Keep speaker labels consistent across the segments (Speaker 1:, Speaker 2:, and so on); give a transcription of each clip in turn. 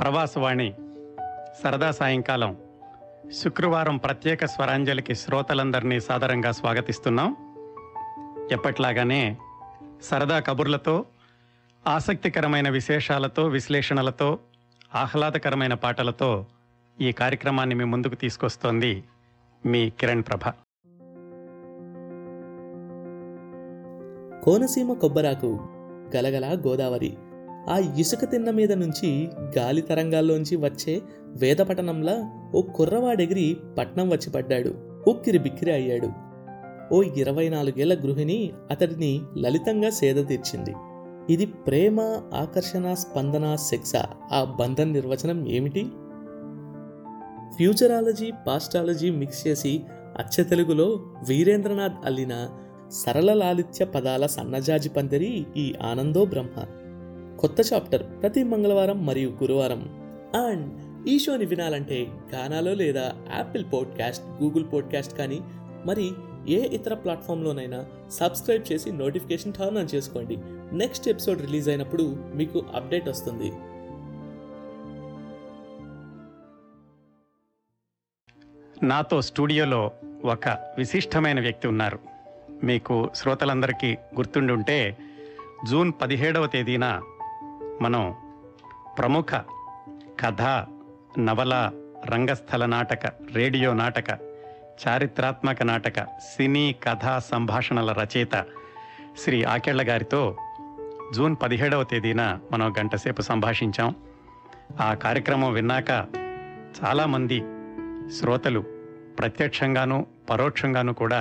Speaker 1: ప్రవాసవాణి సరదా సాయంకాలం శుక్రవారం ప్రత్యేక స్వరాంజలికి శ్రోతలందరినీ సాదరంగా స్వాగతిస్తున్నాం ఎప్పట్లాగానే సరదా కబుర్లతో ఆసక్తికరమైన విశేషాలతో విశ్లేషణలతో ఆహ్లాదకరమైన పాటలతో ఈ కార్యక్రమాన్ని మీ ముందుకు తీసుకొస్తోంది మీ కిరణ్ ప్రభ
Speaker 2: కోనసీమ కొబ్బరాకు గలగల గోదావరి ఆ ఇసుక తిన్న మీద నుంచి గాలి తరంగాల్లోంచి వచ్చే వేదపట్టణంలా ఓ కుర్రవాడెగిరి పట్నం వచ్చి పడ్డాడు ఉక్కిరి బిక్కిరి అయ్యాడు ఓ ఇరవై నాలుగేళ్ల గృహిణి అతడిని లలితంగా సేద తీర్చింది ఇది ప్రేమ ఆకర్షణ స్పందన శిక్ష ఆ బంధం నిర్వచనం ఏమిటి ఫ్యూచరాలజీ పాస్టాలజీ మిక్స్ చేసి అచ్చ తెలుగులో వీరేంద్రనాథ్ అల్లిన సరళ లాలిత్య పదాల సన్నజాజి పందిరి ఈ ఆనందో బ్రహ్మ కొత్త చాప్టర్ ప్రతి మంగళవారం మరియు గురువారం అండ్ ఈ షోని వినాలంటే గానాలో లేదా యాపిల్ పాడ్కాస్ట్ గూగుల్ పాడ్కాస్ట్ కానీ మరి ఏ ఇతర ప్లాట్ఫామ్లోనైనా సబ్స్క్రైబ్ చేసి నోటిఫికేషన్ టర్న్ ఆన్ చేసుకోండి నెక్స్ట్ ఎపిసోడ్ రిలీజ్ అయినప్పుడు మీకు అప్డేట్ వస్తుంది
Speaker 1: నాతో స్టూడియోలో ఒక విశిష్టమైన వ్యక్తి ఉన్నారు మీకు శ్రోతలందరికీ గుర్తుండుంటే జూన్ పదిహేడవ తేదీన మనం ప్రముఖ కథ నవల రంగస్థల నాటక రేడియో నాటక చారిత్రాత్మక నాటక సినీ కథా సంభాషణల రచయిత శ్రీ ఆకేళ్ల గారితో జూన్ పదిహేడవ తేదీన మనం గంటసేపు సంభాషించాం ఆ కార్యక్రమం విన్నాక చాలామంది శ్రోతలు ప్రత్యక్షంగాను పరోక్షంగాను కూడా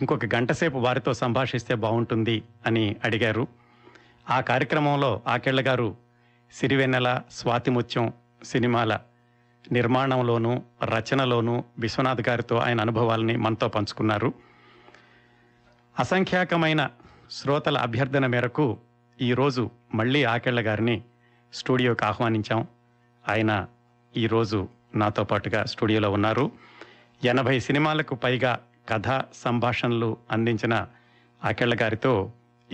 Speaker 1: ఇంకొక గంటసేపు వారితో సంభాషిస్తే బాగుంటుంది అని అడిగారు ఆ కార్యక్రమంలో ఆకేళ్ల గారు సిరివెన్నెల స్వాతిముత్యం సినిమాల నిర్మాణంలోనూ రచనలోనూ విశ్వనాథ్ గారితో ఆయన అనుభవాల్ని మనతో పంచుకున్నారు అసంఖ్యాకమైన శ్రోతల అభ్యర్థన మేరకు ఈరోజు మళ్ళీ ఆకేళ్ల గారిని స్టూడియోకి ఆహ్వానించాం ఆయన ఈరోజు నాతో పాటుగా స్టూడియోలో ఉన్నారు ఎనభై సినిమాలకు పైగా కథ సంభాషణలు అందించిన ఆకేళ్ల గారితో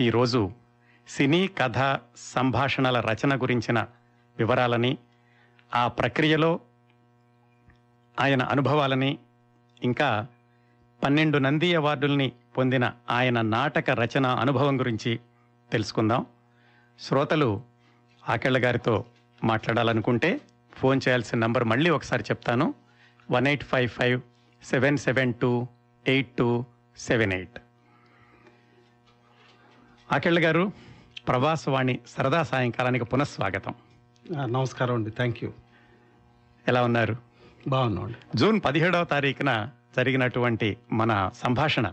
Speaker 1: ఈరోజు సినీ కథ సంభాషణల రచన గురించిన వివరాలని ఆ ప్రక్రియలో ఆయన అనుభవాలని ఇంకా పన్నెండు నంది అవార్డుల్ని పొందిన ఆయన నాటక రచన అనుభవం గురించి తెలుసుకుందాం శ్రోతలు ఆకేళ్ల గారితో మాట్లాడాలనుకుంటే ఫోన్ చేయాల్సిన నంబర్ మళ్ళీ ఒకసారి చెప్తాను one eight five five seven seven two eight two seven eight ఆకేళ్ళ గారు ప్రవాసవాణి సరదా సాయంకాలానికి పునఃస్వాగతం
Speaker 3: ఆ, నమస్కారం అండి థ్యాంక్ యూ
Speaker 1: ఎలా ఉన్నారు
Speaker 3: బాగున్నాండి
Speaker 1: జూన్ పదిహేడవ తారీఖున జరిగినటువంటి మన సంభాషణ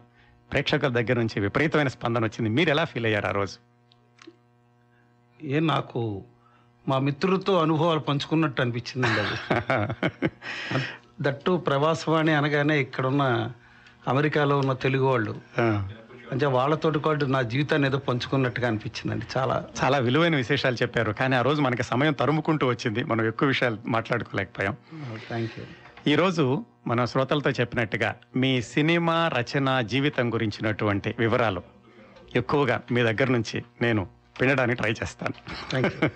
Speaker 1: ప్రేక్షకుల దగ్గర నుంచి విపరీతమైన స్పందన వచ్చింది మీరు ఎలా ఫీల్ అయ్యారు ఆ రోజు
Speaker 3: ఏ నాకు మా మిత్రులతో అనుభవాలు పంచుకున్నట్టు అనిపించిందండి అది దట్టు ప్రవాసవాణి అనగానే ఇక్కడున్న అమెరికాలో ఉన్న తెలుగు వాళ్ళు అంటే వాళ్ళతోటి కూడా నా జీవితాన్ని ఏదో పంచుకున్నట్టుగా అనిపించిందండి చాలా
Speaker 1: చాలా విలువైన విశేషాలు చెప్పారు కానీ ఆ రోజు మనకి సమయం తరుముకుంటూ వచ్చింది మనం ఎక్కువ విషయాలు మాట్లాడుకోలేకపోయాం
Speaker 3: థ్యాంక్ యూ
Speaker 1: ఈరోజు మన శ్రోతలతో చెప్పినట్టుగా మీ సినిమా రచన జీవితం గురించినటువంటి వివరాలు ఎక్కువగా మీ దగ్గర నుంచి నేను వినడానికి ట్రై చేస్తాను
Speaker 3: థ్యాంక్ యూ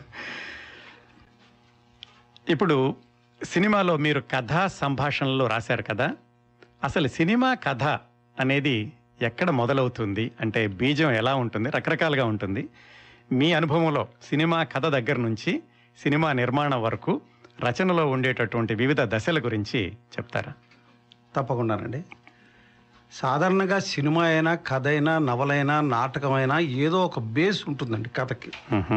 Speaker 1: ఇప్పుడు సినిమాలో మీరు కథా సంభాషణలో రాశారు కదా అసలు సినిమా కథ అనేది ఎక్కడ మొదలవుతుంది అంటే బీజం ఎలా ఉంటుంది రకరకాలుగా ఉంటుంది మీ అనుభవంలో సినిమా కథ దగ్గర నుంచి సినిమా నిర్మాణం వరకు రచనలో ఉండేటటువంటి వివిధ దశల గురించి చెప్తారా
Speaker 3: తప్పకుండానండి సాధారణంగా సినిమా అయినా కథ అయినా నవలైనా నాటకమైనా ఏదో ఒక బేస్ ఉంటుందండి కథకి
Speaker 1: మ్మ్హ.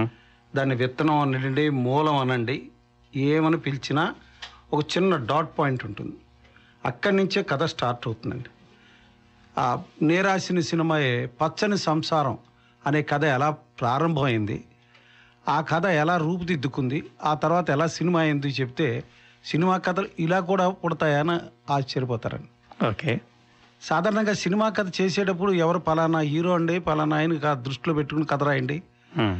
Speaker 3: దాన్ని విత్తనం అనండి మూలం అనండి ఏమని పిలిచినా ఒక చిన్న డాట్ పాయింట్ ఉంటుంది అక్కడి నుంచే కథ స్టార్ట్ అవుతుందండి ఆ నేరాసిన సినిమాయే పచ్చని సంసారం అనే కథ ఎలా ప్రారంభమైంది ఆ కథ ఎలా రూపుదిద్దుకుంది ఆ తర్వాత ఎలా సినిమా అయింది చెప్తే సినిమా కథలు ఇలా కూడా పుడతాయని ఆశ్చర్యపోతారండి
Speaker 1: ఓకే
Speaker 3: సాధారణంగా సినిమా కథ చేసేటప్పుడు ఎవరు పలానా హీరో అండి పలానా ఆయన కా- దృష్టిలో పెట్టుకుని కథ రాయండి
Speaker 1: మ్మ్.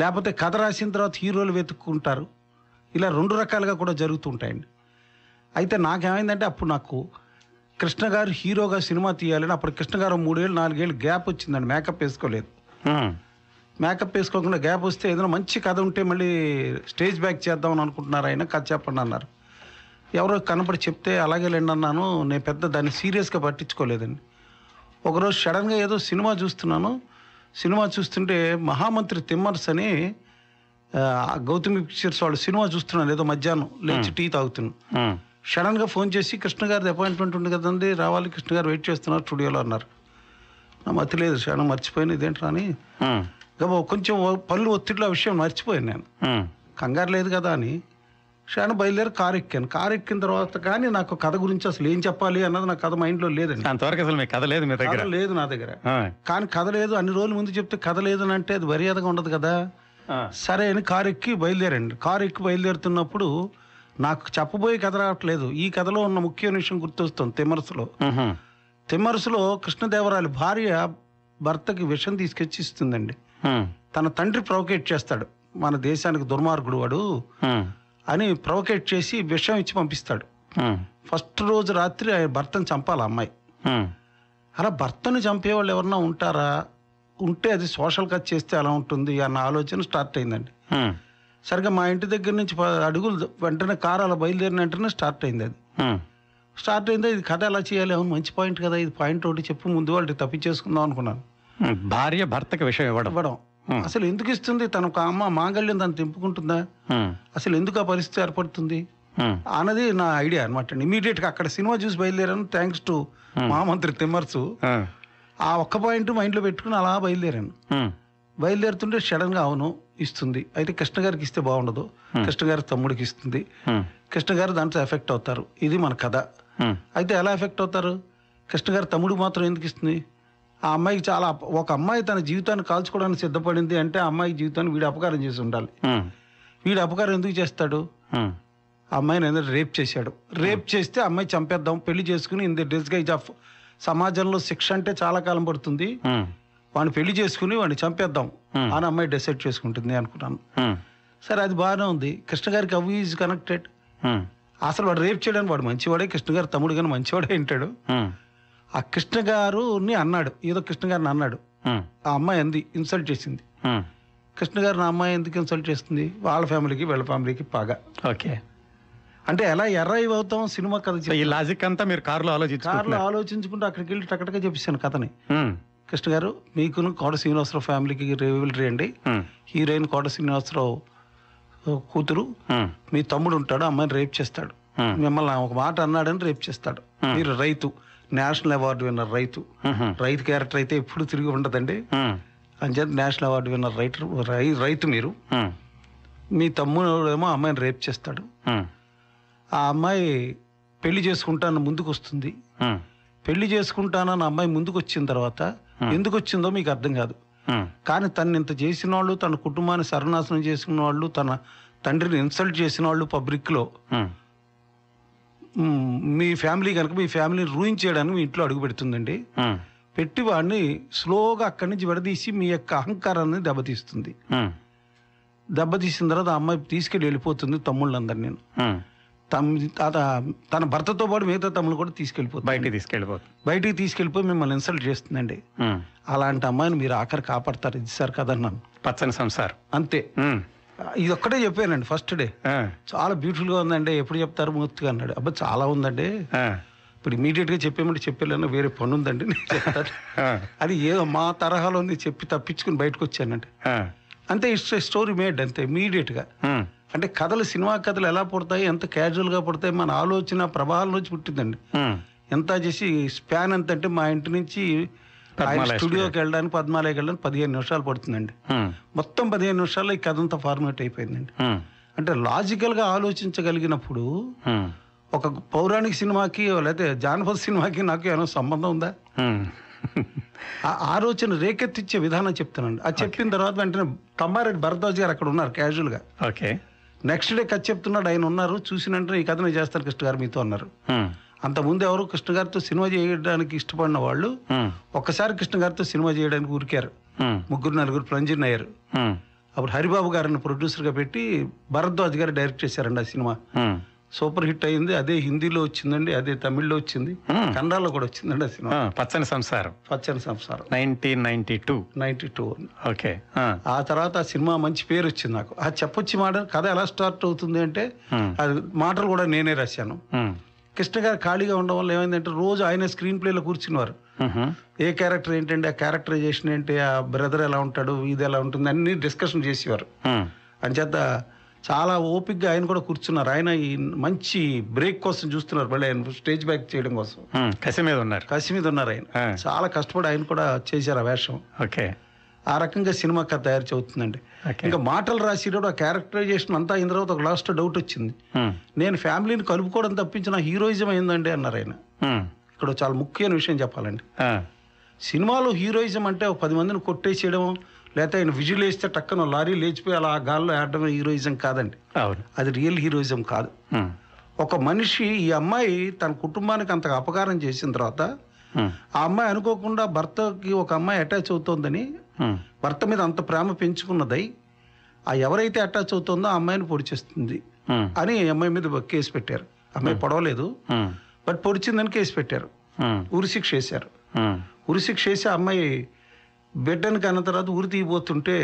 Speaker 3: లేకపోతే కథ రాసిన తర్వాత హీరోలు వెతుక్కుంటారు ఇలా రెండు రకాలుగా కూడా జరుగుతుంటాయండి అయితే నాకేమైందంటే అప్పుడు నాకు కృష్ణ గారు హీరోగా సినిమా తీయాలని అప్పుడు కృష్ణ గారు మూడేళ్ళు నాలుగేళ్ళు గ్యాప్ వచ్చిందండి మేకప్ వేసుకోలేదు
Speaker 1: మ్మ్.
Speaker 3: మేకప్ వేసుకోకుండా గ్యాప్ వస్తే ఏదైనా మంచి కథ ఉంటే మళ్ళీ స్టేజ్ బ్యాక్ చేద్దామని అనుకుంటున్నారు ఆయన కథ చెప్పండి అన్నారు ఎవరో కనపడి చెప్తే అలాగే లేండి అన్నాను నేను పెద్ద దాన్ని సీరియస్గా పట్టించుకోలేదండి ఒకరోజు సడన్గా ఏదో సినిమా చూస్తున్నాను సినిమా చూస్తుంటే మహామంత్రి తిమ్మర్స్ అని ఆ, గౌతమి పిక్చర్స్ వాళ్ళు సినిమా చూస్తున్నాను ఏదో మధ్యాహ్నం లేచి టీ తాగుతున్నాను
Speaker 1: ఉమ్,
Speaker 3: సడన్గా ఫోన్ చేసి కృష్ణ గారిది అపాయింట్మెంట్ ఉంది కదండి రావాలి కృష్ణ గారు వెయిట్ చేస్తున్నారు స్టూడియోలో అన్నారు నా మతి లేదు క్షణం మర్చిపోయాను ఇదేంట్రా అని
Speaker 1: ఉమ్,
Speaker 3: గబా కొంచెం ఓ- పళ్ళు ఒత్తిడిలో ఆ విషయం మర్చిపోయాను నేను
Speaker 1: ఉమ్,
Speaker 3: కంగారు లేదు కదా అని క్షణం బయలుదేరి కారు ఎక్కాను కారు ఎక్కిన తర్వాత కానీ నాకు కథ గురించి అసలు ఏం చెప్పాలి అన్నది నా కథ మైండ్లో లేదండి
Speaker 1: అంతవరకు అసలు మీకు కథ లేదు మీ
Speaker 3: కథ
Speaker 1: దగ్గర
Speaker 3: లేదు నా దగ్గర
Speaker 1: ఆ,
Speaker 3: కానీ కథ లేదు అన్ని రోజుల ముందు చెప్తే కథ లేదు అని అంటే అది మర్యాదగా ఉండదు కదా
Speaker 1: ఆ,
Speaker 3: సరే అని కారు ఎక్కి బయలుదేరండి కారు ఎక్కి బయలుదేరుతున్నప్పుడు నాకు చెప్పబోయే కథ రావట్లేదు ఈ కథలో ఉన్న ముఖ్యమైన విషయం గుర్తొస్తుంది తిమ్మరసులో
Speaker 1: ఉహు,
Speaker 3: తిమ్మరసులో కృష్ణదేవరాయలు భార్య భర్తకి విషం తీసుకొచ్చి ఇస్తుందండి
Speaker 1: ఉమ్,
Speaker 3: తన తండ్రి ప్రొవకేట్ చేస్తాడు మన దేశానికి దుర్మార్గుడు వాడు
Speaker 1: ఉమ్,
Speaker 3: అని ప్రొవకేట్ చేసి విషం ఇచ్చి పంపిస్తాడు
Speaker 1: ఉమ్,
Speaker 3: ఫస్ట్ రోజు రాత్రి ఆయన భర్తను చంపాలి ఆ అమ్మాయి
Speaker 1: ఉమ్,
Speaker 3: అలా భర్తను చంపేవాళ్ళు ఎవరన్నా ఉంటారా ఉంటే అది సోషల్ కట్ చేస్తే అలా ఉంటుంది అన్న ఆలోచన స్టార్ట్ అయిందండి
Speaker 1: ఉమ్,
Speaker 3: సరిగ్గా మా ఇంటి దగ్గర నుంచి ప- అడుగులు ద- వెంటనే కారు అలా బయలుదేరిన వెంటనే స్టార్ట్ అయింది అది
Speaker 1: ఉమ్,
Speaker 3: స్టార్ట్ అయింది ఇది కథ ఎలా చేయాలి అవును మంచి పాయింట్ కదా ఇది పాయింట్ ఒకటి చెప్పు ముందు వాళ్ళు తప్పించేసుకుందాం అనుకున్నాను
Speaker 1: ఉమ్, భార్య భర్తకి విషయం ఇవ్వడం
Speaker 3: ఇవ్వడం
Speaker 1: Hmm.
Speaker 3: అసలు ఎందుకు ఇస్తుంది తన ఒక అమ్మ మాంగళ్యం తను తెంపుకుంటుందా
Speaker 1: ఉమ్,
Speaker 3: అసలు ఎందుకు ఆ పరిస్థితి ఏర్పడుతుంది
Speaker 1: ఉమ్,
Speaker 3: అన్నది నా ఐడియా అనమాట ఇమీడియట్గా అక్కడ సినిమా చూసి బయలుదేరాను థ్యాంక్స్ టు మహామంత్రి తిమ్మర్సు
Speaker 1: ఆ,
Speaker 3: ఆ ఒక్క పాయింట్ మైండ్లో పెట్టుకుని అలా బయలుదేరాను
Speaker 1: ఉమ్,
Speaker 3: బయలుదేరుతుంటే సడన్గా అవును ఇస్తుంది అయితే కృష్ణ గారికి ఇస్తే బాగుండదు కృష్ణ గారి తమ్ముడికి ఇస్తుంది
Speaker 1: ఉమ్,
Speaker 3: కృష్ణ గారు దాంట్లో ఎఫెక్ట్ అవుతారు ఇది మన కథ
Speaker 1: ఉమ్,
Speaker 3: అయితే ఎలా ఎఫెక్ట్ అవుతారు కృష్ణ గారి తమ్ముడికి మాత్రం ఎందుకు ఇస్తుంది ఆ అమ్మాయికి చాలా అప- ఒక అమ్మాయి తన జీవితాన్ని కాల్చుకోవడానికి సిద్ధపడింది అంటే ఆ అమ్మాయి జీవితాన్ని వీడు అపకారం చేసి ఉండాలి
Speaker 1: ఉమ్,
Speaker 3: వీడు అపకారం ఎందుకు చేస్తాడు
Speaker 1: ఉమ్,
Speaker 3: ఆ అమ్మాయిని ఏదైనా రేప్ చేశాడు రేప్ చేస్తే ఆ అమ్మాయి చంపేద్దాం పెళ్లి చేసుకుని ఇన్ ది డిస్గైజ్ ఆఫ్ సమాజంలో శిక్ష అంటే చాలా కాలం పడుతుంది
Speaker 1: ఉమ్,
Speaker 3: వాడిని పెళ్లి చేసుకుని వాడిని చంపేద్దాం
Speaker 1: Hmm.
Speaker 3: అని అమ్మాయి డిసైడ్ చేసుకుంటుంది అనుకున్నాను
Speaker 1: ఉమ్,
Speaker 3: సరే అది బాగానే ఉంది కృష్ణ గారికి అవి ఈజ్ కనెక్టెడ్
Speaker 1: ఉమ్,
Speaker 3: అసలు వాడు రేప్ చేయడానికి వాడు మంచివాడే కృష్ణ గారు తమ్ముడు కానీ మంచివాడే ఉంటాడు
Speaker 1: ఉమ్,
Speaker 3: ఆ కృష్ణ గారుని అన్నాడు ఏదో కృష్ణ గారిని అన్నాడు
Speaker 1: ఉమ్,
Speaker 3: ఆ అమ్మాయి అంది ఇన్సల్ట్ చేసింది
Speaker 1: ఉమ్,
Speaker 3: కృష్ణ గారు నా అమ్మాయి ఎందుకు ఇన్సల్ట్ చేస్తుంది వాళ్ళ ఫ్యామిలీకి వీళ్ళ ఫ్యామిలీకి పాగా
Speaker 1: ఓకే
Speaker 3: అంటే ఎలా ఎర్రైవ్ అవుతాం సినిమా కథ
Speaker 1: సో
Speaker 3: చెప్పి
Speaker 1: ఈ లాజిక్ అంతా మీరు కారులో
Speaker 3: కార్లో
Speaker 1: ఆలోచించుకుంటున్నారు
Speaker 3: ఆలోచించుకుంటూ అక్కడికి వెళ్ళి టక్కటగా చెప్పేశాను కథని
Speaker 1: ఉమ్,
Speaker 3: కృష్ణ గారు మీకును కోట శ్రీనివాసరావు ఫ్యామిలీకి రివెల్రీ అండి
Speaker 1: ఉమ్,
Speaker 3: హీరోయిన్ కోట శ్రీనివాసరావు ఆ, కూతురు
Speaker 1: ఉమ్,
Speaker 3: మీ తమ్ముడు ఉంటాడు అమ్మాయిని రేప్ చేస్తాడు
Speaker 1: Hmm.
Speaker 3: మిమ్మల్ని ఒక మాట అన్నాడని రేప్ చేస్తాడు మీరు రైతు నేషనల్ అవార్డు విన్నర్ రైతు
Speaker 1: ఉహు,
Speaker 3: రైతు క్యారెక్టర్ అయితే ఎప్పుడు తిరిగి ఉండదండి
Speaker 1: ఉమ్,
Speaker 3: అని చెప్పి నేషనల్ అవార్డు విన్నర్ రైటర్ రై రైతు మీరు
Speaker 1: ఉమ్,
Speaker 3: మీ తమ్ముడు ఏమో అమ్మాయిని రేప్ చేస్తాడు
Speaker 1: ఉమ్,
Speaker 3: ఆ అమ్మాయి పెళ్లి చేసుకుంటాను ముందుకు వస్తుంది
Speaker 1: ఉమ్,
Speaker 3: పెళ్లి చేసుకుంటానని అమ్మాయి ముందుకు వచ్చిన తర్వాత ఎందుకు వచ్చిందో మీకు అర్థం కాదు
Speaker 1: ఉమ్,
Speaker 3: కానీ తను ఇంత చేసిన వాళ్ళు తన కుటుంబాన్ని సర్వనాశనం చేసుకున్న వాళ్ళు తన తండ్రిని ఇన్సల్ట్ చేసిన వాళ్ళు పబ్లిక్లో
Speaker 1: ఉమ్,
Speaker 3: మ్, మీ ఫ్యామిలీ కనుక మీ ఫ్యామిలీని రూయిన్ చేయడానికి మీ ఇంట్లో అడుగు పెడుతుందండి
Speaker 1: ఉమ్,
Speaker 3: పెట్టి వాడిని స్లోగా అక్కడి నుంచి విడదీసి మీ యొక్క అహంకారాన్ని దెబ్బతీస్తుంది
Speaker 1: ఉమ్,
Speaker 3: దెబ్బతీసిన తర్వాత ఆ అమ్మాయి తీసుకెళ్ళి వెళ్ళిపోతుంది తమ్ముళ్ళందరినీ నేను
Speaker 1: ఉమ్,
Speaker 3: తమ్ తాత- తన భర్తతో పాటు మిగతా తమ్ముళ్ళు కూడా తీసుకెళ్ళిపోతుంది
Speaker 1: బయటికి తీసుకెళ్ళిపోతుంది
Speaker 3: బయటికి తీసుకెళ్ళిపోయి మిమ్మల్ని ఇన్సల్ట్ చేస్తుందండి
Speaker 1: ఉమ్,
Speaker 3: అలాంటి అమ్మాయిని మీరు ఆఖరి కాపాడతారు ఇది సార్ కదన్నాను
Speaker 1: పచ్చని సంసారం
Speaker 3: అంతే
Speaker 1: ఉమ్,
Speaker 3: ఇది ఒక్కటే చెప్పానండి ఫస్ట్ డే
Speaker 1: ఆ,
Speaker 3: చాలా బ్యూటిఫుల్గా ఉందండి ఎప్పుడు చెప్తారు మూర్తిగా అన్నాడు అబ్బా చాలా ఉందండి
Speaker 1: ఆ,
Speaker 3: ఇప్పుడు ఇమీడియట్గా చెప్పేమంటే చెప్పేలేను వేరే పని ఉందండి నేను చెప్తాను.
Speaker 1: ఆ,
Speaker 3: అది ఏదో మా తరహాలో ఉంది చెప్పి తప్పించుకుని బయటకు వచ్చానండి
Speaker 1: ఆ,
Speaker 3: అంతే ఇట్స్ స్టోరీ మేడ్ అంతే ఇమీడియట్గా
Speaker 1: ఉమ్,
Speaker 3: అంటే కథలు సినిమా కథలు ఎలా పుడతాయి ఎంత క్యాజువల్గా పుడతాయి మన ఆలోచన ప్రభావం నుంచి పుట్టిందండి
Speaker 1: ఉమ్,
Speaker 3: ఎంత చేసి స్పాన్ ఎంత అంటే మా ఇంటి నుంచి ఆయన
Speaker 1: పద్మాలయ
Speaker 3: స్టూడియోకి వెళ్ళడానికి పద్మాలయకి వెళ్ళడానికి పదిహేను నిమిషాలు పడుతుందండి
Speaker 1: ఉమ్,
Speaker 3: మొత్తం పదిహేను నిమిషాల్లో ఈ కథ అంతా ఫార్మేట్ అయిపోయిందండి
Speaker 1: ఉమ్,
Speaker 3: అంటే లాజికల్గా ఆలోచించగలిగినప్పుడు
Speaker 1: ఉమ్,
Speaker 3: ఒక పౌరాణిక సినిమాకి లేకపోతే జానపద సినిమాకి నాకు ఏమైనా సంబంధం ఉందా
Speaker 1: ఉమ్,
Speaker 3: ఆ ఆలోచన రేకెత్తిచ్చే విధానం చెప్తానండి అది చెప్పిన తర్వాత వెంటనే తమ్మారెడ్డి భరద్వాజ్ గారు అక్కడ ఉన్నారు క్యాజువల్గా
Speaker 1: ఓకే
Speaker 3: నెక్స్ట్ డే కథ చెప్తున్నాడు ఆయన ఉన్నారు చూసిన వెంటనే ఈ కథ నేను చేస్తాను కృష్ణ గారు మీతో అన్నారు
Speaker 1: ఉమ్,
Speaker 3: అంతకుముందు ఎవరు కృష్ణ గారితో సినిమా చేయడానికి ఇష్టపడిన వాళ్ళు
Speaker 1: ఉమ్,
Speaker 3: ఒక్కసారి కృష్ణ గారితో సినిమా చేయడానికి ఊరికారు
Speaker 1: ఉమ్,
Speaker 3: ముగ్గురు నలుగురు ప్లంజిన్ అయ్యారు
Speaker 1: ఉమ్,
Speaker 3: అప్పుడు హరిబాబు గారిని ప్రొడ్యూసర్గా పెట్టి భరద్వాజ్ గారు డైరెక్ట్ చేశారండి ఆ సినిమా
Speaker 1: ఉమ్,
Speaker 3: సూపర్ హిట్ అయింది అదే హిందీలో వచ్చిందండి అదే తమిళ్లో వచ్చింది
Speaker 1: Hmm.
Speaker 3: కన్నడలో కూడా వచ్చిందండి ఆ సినిమా
Speaker 1: ఆ, Ah, పచ్చని సంసారం
Speaker 3: పచ్చని సంసారం
Speaker 1: nineteen ninety two
Speaker 3: ninety two
Speaker 1: okay ఆ,
Speaker 3: ఆ తర్వాత ఆ సినిమా మంచి పేరు వచ్చింది నాకు ఆ చెప్పొచ్చి మాట కథ ఎలా స్టార్ట్ అవుతుంది అంటే
Speaker 1: ఉమ్,
Speaker 3: అది మాటలు కూడా నేనే రాశాను
Speaker 1: ఉమ్,
Speaker 3: కృష్ణ గారు ఖాళీగా ఉండడం వల్ల ఏమైందంటే రోజు ఆయన స్క్రీన్ ప్లేలో కూర్చునేవారు
Speaker 1: ఉహు,
Speaker 3: ఏ క్యారెక్టర్ ఏంటంటే ఆ క్యారెక్టరైజేషన్ ఏంటి ఆ బ్రదర్ ఎలా ఉంటాడు ఇది ఎలా ఉంటుంది అన్ని డిస్కషన్ చేసేవారు
Speaker 1: ఉమ్,
Speaker 3: అంచేత చాలా ఓపిక్గా ఆయన కూడా కూర్చున్నారు ఆయన ఈ మంచి బ్రేక్ కోసం చూస్తున్నారు మళ్ళీ ఆయన స్టేజ్ బ్యాక్ చేయడం కోసం
Speaker 1: ఉమ్, కసి మీద ఉన్నారు
Speaker 3: కసి మీద ఉన్నారు ఆయన
Speaker 1: ఆ,
Speaker 3: చాలా కష్టపడి ఆయన కూడా చేశారు ఆ వేషం
Speaker 1: ఓకే
Speaker 3: ఆ రకంగా సినిమా కథ తయారు చేస్తుందండి
Speaker 1: ఓకే
Speaker 3: ఇంకా మాటలు రాసేటప్పుడు ఆ క్యారెక్టరైజేషన్ అంతా అయిన తర్వాత ఒక లాస్ట్ డౌట్ వచ్చింది
Speaker 1: ఉమ్,
Speaker 3: నేను ఫ్యామిలీని కలుపుకోవడం తప్పించిన హీరోయిజం అయిందండి అన్నారు ఆయన
Speaker 1: ఉమ్,
Speaker 3: ఇక్కడ చాలా ముఖ్యమైన విషయం చెప్పాలండి
Speaker 1: ఆ,
Speaker 3: సినిమాలో హీరోయిజం అంటే ఒక పది మందిని కొట్టేసేయడం లేకపోతే ఆయన విజులు వేస్తే టక్కన లారీ లేచిపోయి అలా ఆ గాల్లో ఆడడం హీరోయిజం కాదండి
Speaker 1: అవును
Speaker 3: అది రియల్ హీరోయిజం కాదు
Speaker 1: ఉమ్,
Speaker 3: ఒక మనిషి ఈ అమ్మాయి తన కుటుంబానికి అంత అపకారం చేసిన తర్వాత
Speaker 1: ఉమ్,
Speaker 3: ఆ అమ్మాయి అనుకోకుండా భర్తకి ఒక అమ్మాయి అటాచ్ అవుతోందని
Speaker 1: ఉమ్,
Speaker 3: భర్త మీద అంత ప్రేమ పెంచుకున్నదై ఆ ఎవరైతే అటాచ్ అవుతుందో ఆ అమ్మాయిని పొడిచేస్తుంది
Speaker 1: ఉమ్,
Speaker 3: అని ఈ అమ్మాయి మీద కేసు పెట్టారు అమ్మాయి పొడవలేదు
Speaker 1: ఉమ్,
Speaker 3: బట్ పొడిచిందని కేసు పెట్టారు
Speaker 1: ఉమ్,
Speaker 3: ఉరిశిక్ష వేశారు
Speaker 1: ఉమ్,
Speaker 3: ఉరిశిక్ష వేసి ఆ అమ్మాయి బిడ్డనికి అన్న తర్వాత ఉరి తీయబోతుంటే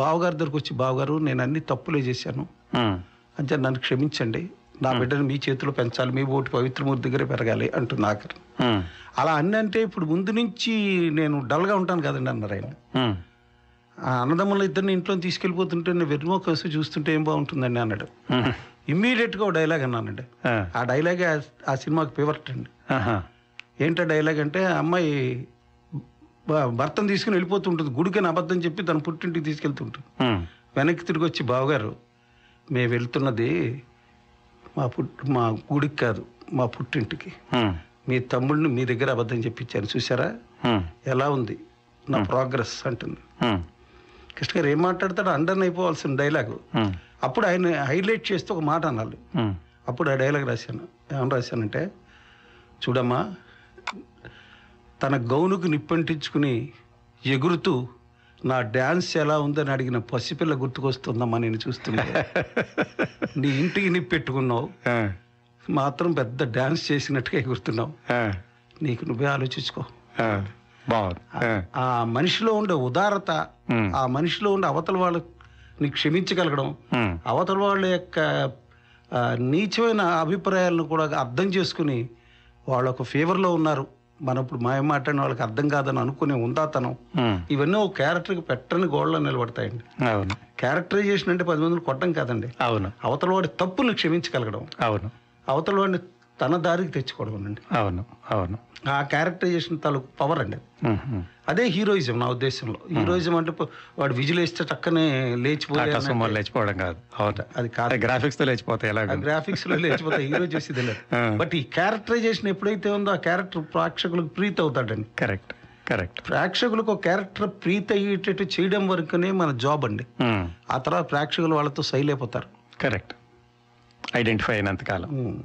Speaker 3: బావగారి దగ్గరకు వచ్చి బావగారు నేను అన్ని తప్పులే చేశాను
Speaker 1: ఉమ్,
Speaker 3: అంటే నన్ను క్షమించండి నా బిడ్డను మీ చేతిలో పెంచాలి మీ ఓటు పవిత్రమూర్తి దగ్గరే పెరగాలి అంటుంది ఆఖరి
Speaker 1: ఉమ్,
Speaker 3: అలా అన్ని అంటే ఇప్పుడు ముందు నుంచి నేను డల్గా ఉంటాను కదండి అన్నారు ఆయన
Speaker 1: ఉమ్,
Speaker 3: ఆ అన్నదమ్ముల ఇద్దరిని ఇంట్లో తీసుకెళ్ళిపోతుంటే నేను వెన్నుమో కోసం చూస్తుంటే ఏం బాగుంటుందండి అన్నాడు
Speaker 1: ఉమ్,
Speaker 3: ఇమ్మీడియట్గా ఒక డైలాగ్ అన్నానండి
Speaker 1: ఆ,
Speaker 3: ఆ డైలాగే ఆ- ఆ సినిమాకి ఫేవరెట్ అండి
Speaker 1: ఆహా,
Speaker 3: ఏంటో డైలాగ్ అంటే ఆ అమ్మాయి భ- భర్తను తీసుకుని వెళ్ళిపోతుంటుంది గుడికని అబద్ధం చెప్పి తన పుట్టింటికి తీసుకెళ్తుంటుంది
Speaker 1: ఉమ్,
Speaker 3: వెనక్కి తిరిగి వచ్చి బావగారు మేము వెళ్తున్నది మా పుట్ మా గుడికి కాదు మా పుట్టింటికి
Speaker 1: ఉమ్,
Speaker 3: మీ తమ్ముడిని మీ దగ్గర అబద్ధం చెప్పించాను చూసారా
Speaker 1: ఉమ్,
Speaker 3: ఎలా ఉంది నా ప్రోగ్రెస్ అంటుంది
Speaker 1: ఉమ్,
Speaker 3: కృష్ణ గారు ఏం మాట్లాడతాడో అండర్ అయిపోవాల్సిన డైలాగు
Speaker 1: ఉమ్,
Speaker 3: అప్పుడు ఆయన హైలైట్ చేస్తూ ఒక మాట అనాలి
Speaker 1: ఉమ్,
Speaker 3: అప్పుడు ఆ డైలాగ్ రాశాను ఏమని రాశానంటే చూడమ్మా తన గౌనుకు నిప్పంటించుకుని ఎగురుతూ నా డ్యాన్స్ ఎలా ఉందని అడిగిన పసిపిల్ల గుర్తుకొస్తుందమ్మా నేను చూస్తున్నా
Speaker 1: Hmm.
Speaker 3: నీ ఇంటికి నిప్పెట్టుకున్నావు
Speaker 1: ఆ,
Speaker 3: మాత్రం పెద్ద డ్యాన్స్ చేసినట్టుగా ఎగురుతున్నావు
Speaker 1: ఆ,
Speaker 3: నీకు నువ్వే ఆలోచించుకో
Speaker 1: ఆ, బాగుంది ఆ,
Speaker 3: ఆ మనిషిలో ఉండే ఉదారత
Speaker 1: ఉమ్,
Speaker 3: ఆ మనిషిలో ఉండే అవతల వాళ్ళని క్షమించగలగడం
Speaker 1: ఉమ్,
Speaker 3: అవతల వాళ్ళ యొక్క ఆ, నీచమైన అభిప్రాయాలను కూడా అర్థం చేసుకుని వాళ్ళ ఒక ఫేవర్లో ఉన్నారు మనం ఇప్పుడు మాయ మాట్లాడిన వాళ్ళకి అర్థం కాదని అనుకునే ఉందాతనం
Speaker 1: ఉమ్,
Speaker 3: ఇవన్నీ ఒక క్యారెక్టర్కి పెట్టని గోళ్ళ నిలబడతాయండి
Speaker 1: అవును
Speaker 3: క్యారెక్టరైజేషన్ అంటే పది మందిని కొట్టడం కాదండి
Speaker 1: అవును
Speaker 3: అవతల వాడి తప్పుని క్షమించగలగడం
Speaker 1: అవును అవను
Speaker 3: అవతల వాడిని తన దారికి తెచ్చుకోవడం అండి
Speaker 1: అవును అవును
Speaker 3: ఆ క్యారెక్టరైజేషన్ తాలూకు పవర్ అండి అది.
Speaker 1: ఉహు.
Speaker 3: అదే హీరోయిజం నా ఉద్దేశంలో హీరోయిజం అంటే పో- వాడు విజిలేస్తే టక్కనే
Speaker 1: టాటా
Speaker 3: లేచిపోయాడు
Speaker 1: సుమో లేచిపోవడం కాదు అవును
Speaker 3: అది కాదు
Speaker 1: అదే గ్రాఫిక్స్ తో లేచిపోతాయి ఎలాగ
Speaker 3: గ్రాఫిక్స్ లో లేచిపోతే హీరో చేసి
Speaker 1: ఆ.
Speaker 3: బట్ ఈ క్యారెక్టరైజేషన్ ఎప్పుడైతే ఉందో ఆ క్యారెక్టర్ ప్రేక్షకులకు ప్రీతి అవుతాడండి
Speaker 1: కరెక్ట్ కరెక్ట్
Speaker 3: ప్రేక్షకులకు ఒక క్యారెక్టర్ ప్రీతి అయ్యేటట్టు చేయడం వరకునే మన జాబ్ అండి ఆ తర్వాత ప్రేక్షకులు వాళ్ళతో సైల్ అయిపోతారు
Speaker 1: కరెక్ట్ ఐడెంటిఫై అయినంతకాలం
Speaker 3: ఉమ్.